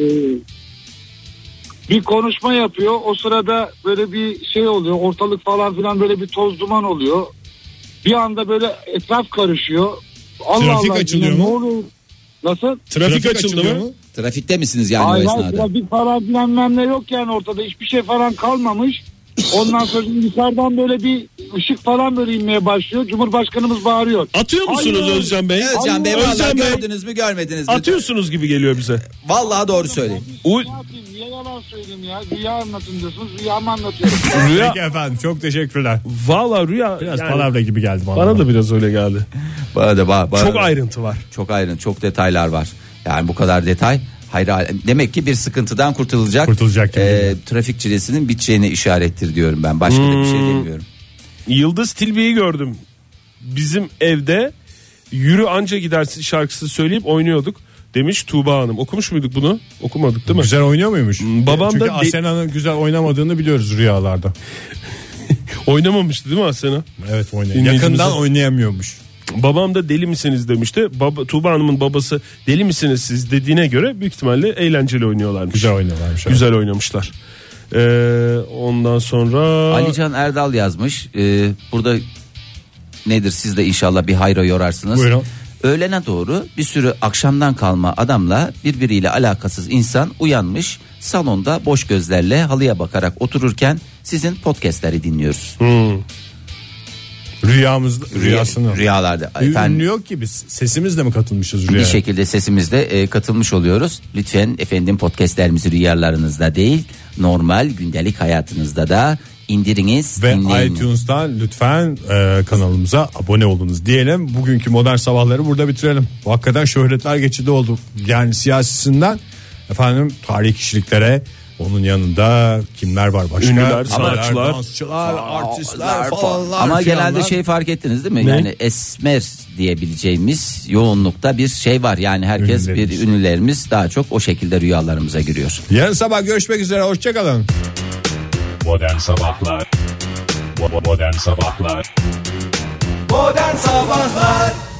Speaker 15: bir konuşma yapıyor. O sırada böyle bir şey oluyor. Ortalık falan filan böyle bir toz duman oluyor. Bir anda böyle etraf karışıyor. Allah
Speaker 3: Trafik
Speaker 15: Allah
Speaker 3: açılıyor
Speaker 15: diyor,
Speaker 3: mu?
Speaker 15: Ne oluyor? Nasıl?
Speaker 3: Trafikte misiniz yani
Speaker 15: Hayır,
Speaker 3: o
Speaker 15: hayır,
Speaker 3: esnada?
Speaker 15: trafik falan bilmem ne yok yani ortada hiçbir şey falan kalmamış. Ondan sonra dışarıdan böyle bir ışık falan böyle inmeye başlıyor. Cumhurbaşkanımız bağırıyor.
Speaker 4: Atıyor musunuz Özcan Bey?
Speaker 3: Özcan Bey,
Speaker 4: Hayır.
Speaker 3: vallahi
Speaker 4: Özcan Bey.
Speaker 3: gördünüz mü görmediniz mi?
Speaker 4: Atıyorsunuz gibi geliyor bize.
Speaker 3: Vallahi doğru söyleyin.
Speaker 4: U-
Speaker 15: Ne yapayım? Niye yalan söyleyeyim ya? Rüya anlatın diyorsunuz. Rüyamı anlatıyorum.
Speaker 4: Rüya-
Speaker 2: Peki efendim çok teşekkürler.
Speaker 4: Valla rüya.
Speaker 2: Biraz
Speaker 4: yani-
Speaker 2: palavra gibi geldi bana.
Speaker 4: Bana da biraz öyle geldi.
Speaker 3: Bana da, ba- bana
Speaker 4: Çok
Speaker 3: da-
Speaker 4: ayrıntı var.
Speaker 3: Çok ayrıntı, çok detaylar var. Yani bu kadar detay. Hayır, demek ki bir sıkıntıdan kurtulacak. Kurtulacak.
Speaker 4: Ee,
Speaker 3: trafik çilesinin biteceğine işarettir diyorum ben. Başka da bir şey
Speaker 4: Hmm.
Speaker 3: demiyorum.
Speaker 4: Yıldız Tilbe'yi gördüm. Bizim evde yürü anca gidersin şarkısı söyleyip oynuyorduk. Demiş Tuğba Hanım. Okumuş muyduk bunu? Okumadık değil mi?
Speaker 2: Güzel oynuyor muymuş?
Speaker 4: babam
Speaker 2: Çünkü
Speaker 4: da de-
Speaker 2: Asena'nın güzel oynamadığını biliyoruz rüyalarda.
Speaker 4: Oynamamıştı değil mi Asena?
Speaker 2: Evet oynuyor. Yakından oynayamıyormuş.
Speaker 4: Babam da deli misiniz demişti. Baba, Tuğba Hanım'ın babası deli misiniz siz dediğine göre büyük ihtimalle eğlenceli oynuyorlarmış. Güzel
Speaker 2: oynuyorlarmış.
Speaker 4: Güzel oynamışlar. Ee, ondan sonra...
Speaker 3: Alican Erdal yazmış. Ee, burada nedir siz de inşallah bir hayra yorarsınız.
Speaker 2: Buyurun.
Speaker 3: Öğlene doğru bir sürü akşamdan kalma adamla birbiriyle alakasız insan uyanmış. Salonda boş gözlerle halıya bakarak otururken sizin podcastleri dinliyoruz.
Speaker 2: Rüyamızda,
Speaker 3: Rüya-
Speaker 2: rüyasını.
Speaker 3: Rüyalarda.
Speaker 2: Ünlü yok ki biz. Sesimizle mi katılmışız rüyaya?
Speaker 4: şey
Speaker 3: Bir şekilde sesimizle e, katılmış oluyoruz. Lütfen efendim podcastlerimizi rüyalarınızda değil normal gündelik hayatınızda da indiriniz.
Speaker 2: Ve
Speaker 3: dinleyin.
Speaker 2: iTunes'tan lütfen e, kanalımıza abone olunuz diyelim. Bugünkü modern sabahları burada bitirelim. Bu Hakikaten şöhretler geçidi oldu. Yani siyasisinden efendim tarihi kişiliklere Onun yanında kimler var başka?
Speaker 4: Ünlüler,
Speaker 2: Sanatçılar,
Speaker 4: sanatçılar.
Speaker 2: dansçılar, artistler
Speaker 3: Lar-
Speaker 2: falanlar.
Speaker 3: Ama
Speaker 2: filanlar.
Speaker 3: genelde şey fark ettiniz değil mi?
Speaker 2: Ne?
Speaker 3: Yani esmer diyebileceğimiz yoğunlukta bir şey var. Yani herkes
Speaker 2: Ünlülerimiz.
Speaker 3: bir ünlülerimiz daha çok o şekilde rüyalarımıza giriyor.
Speaker 2: Yarın sabah görüşmek üzere hoşçakalın.
Speaker 13: Modern Sabahlar Modern Sabahlar
Speaker 1: Modern Sabahlar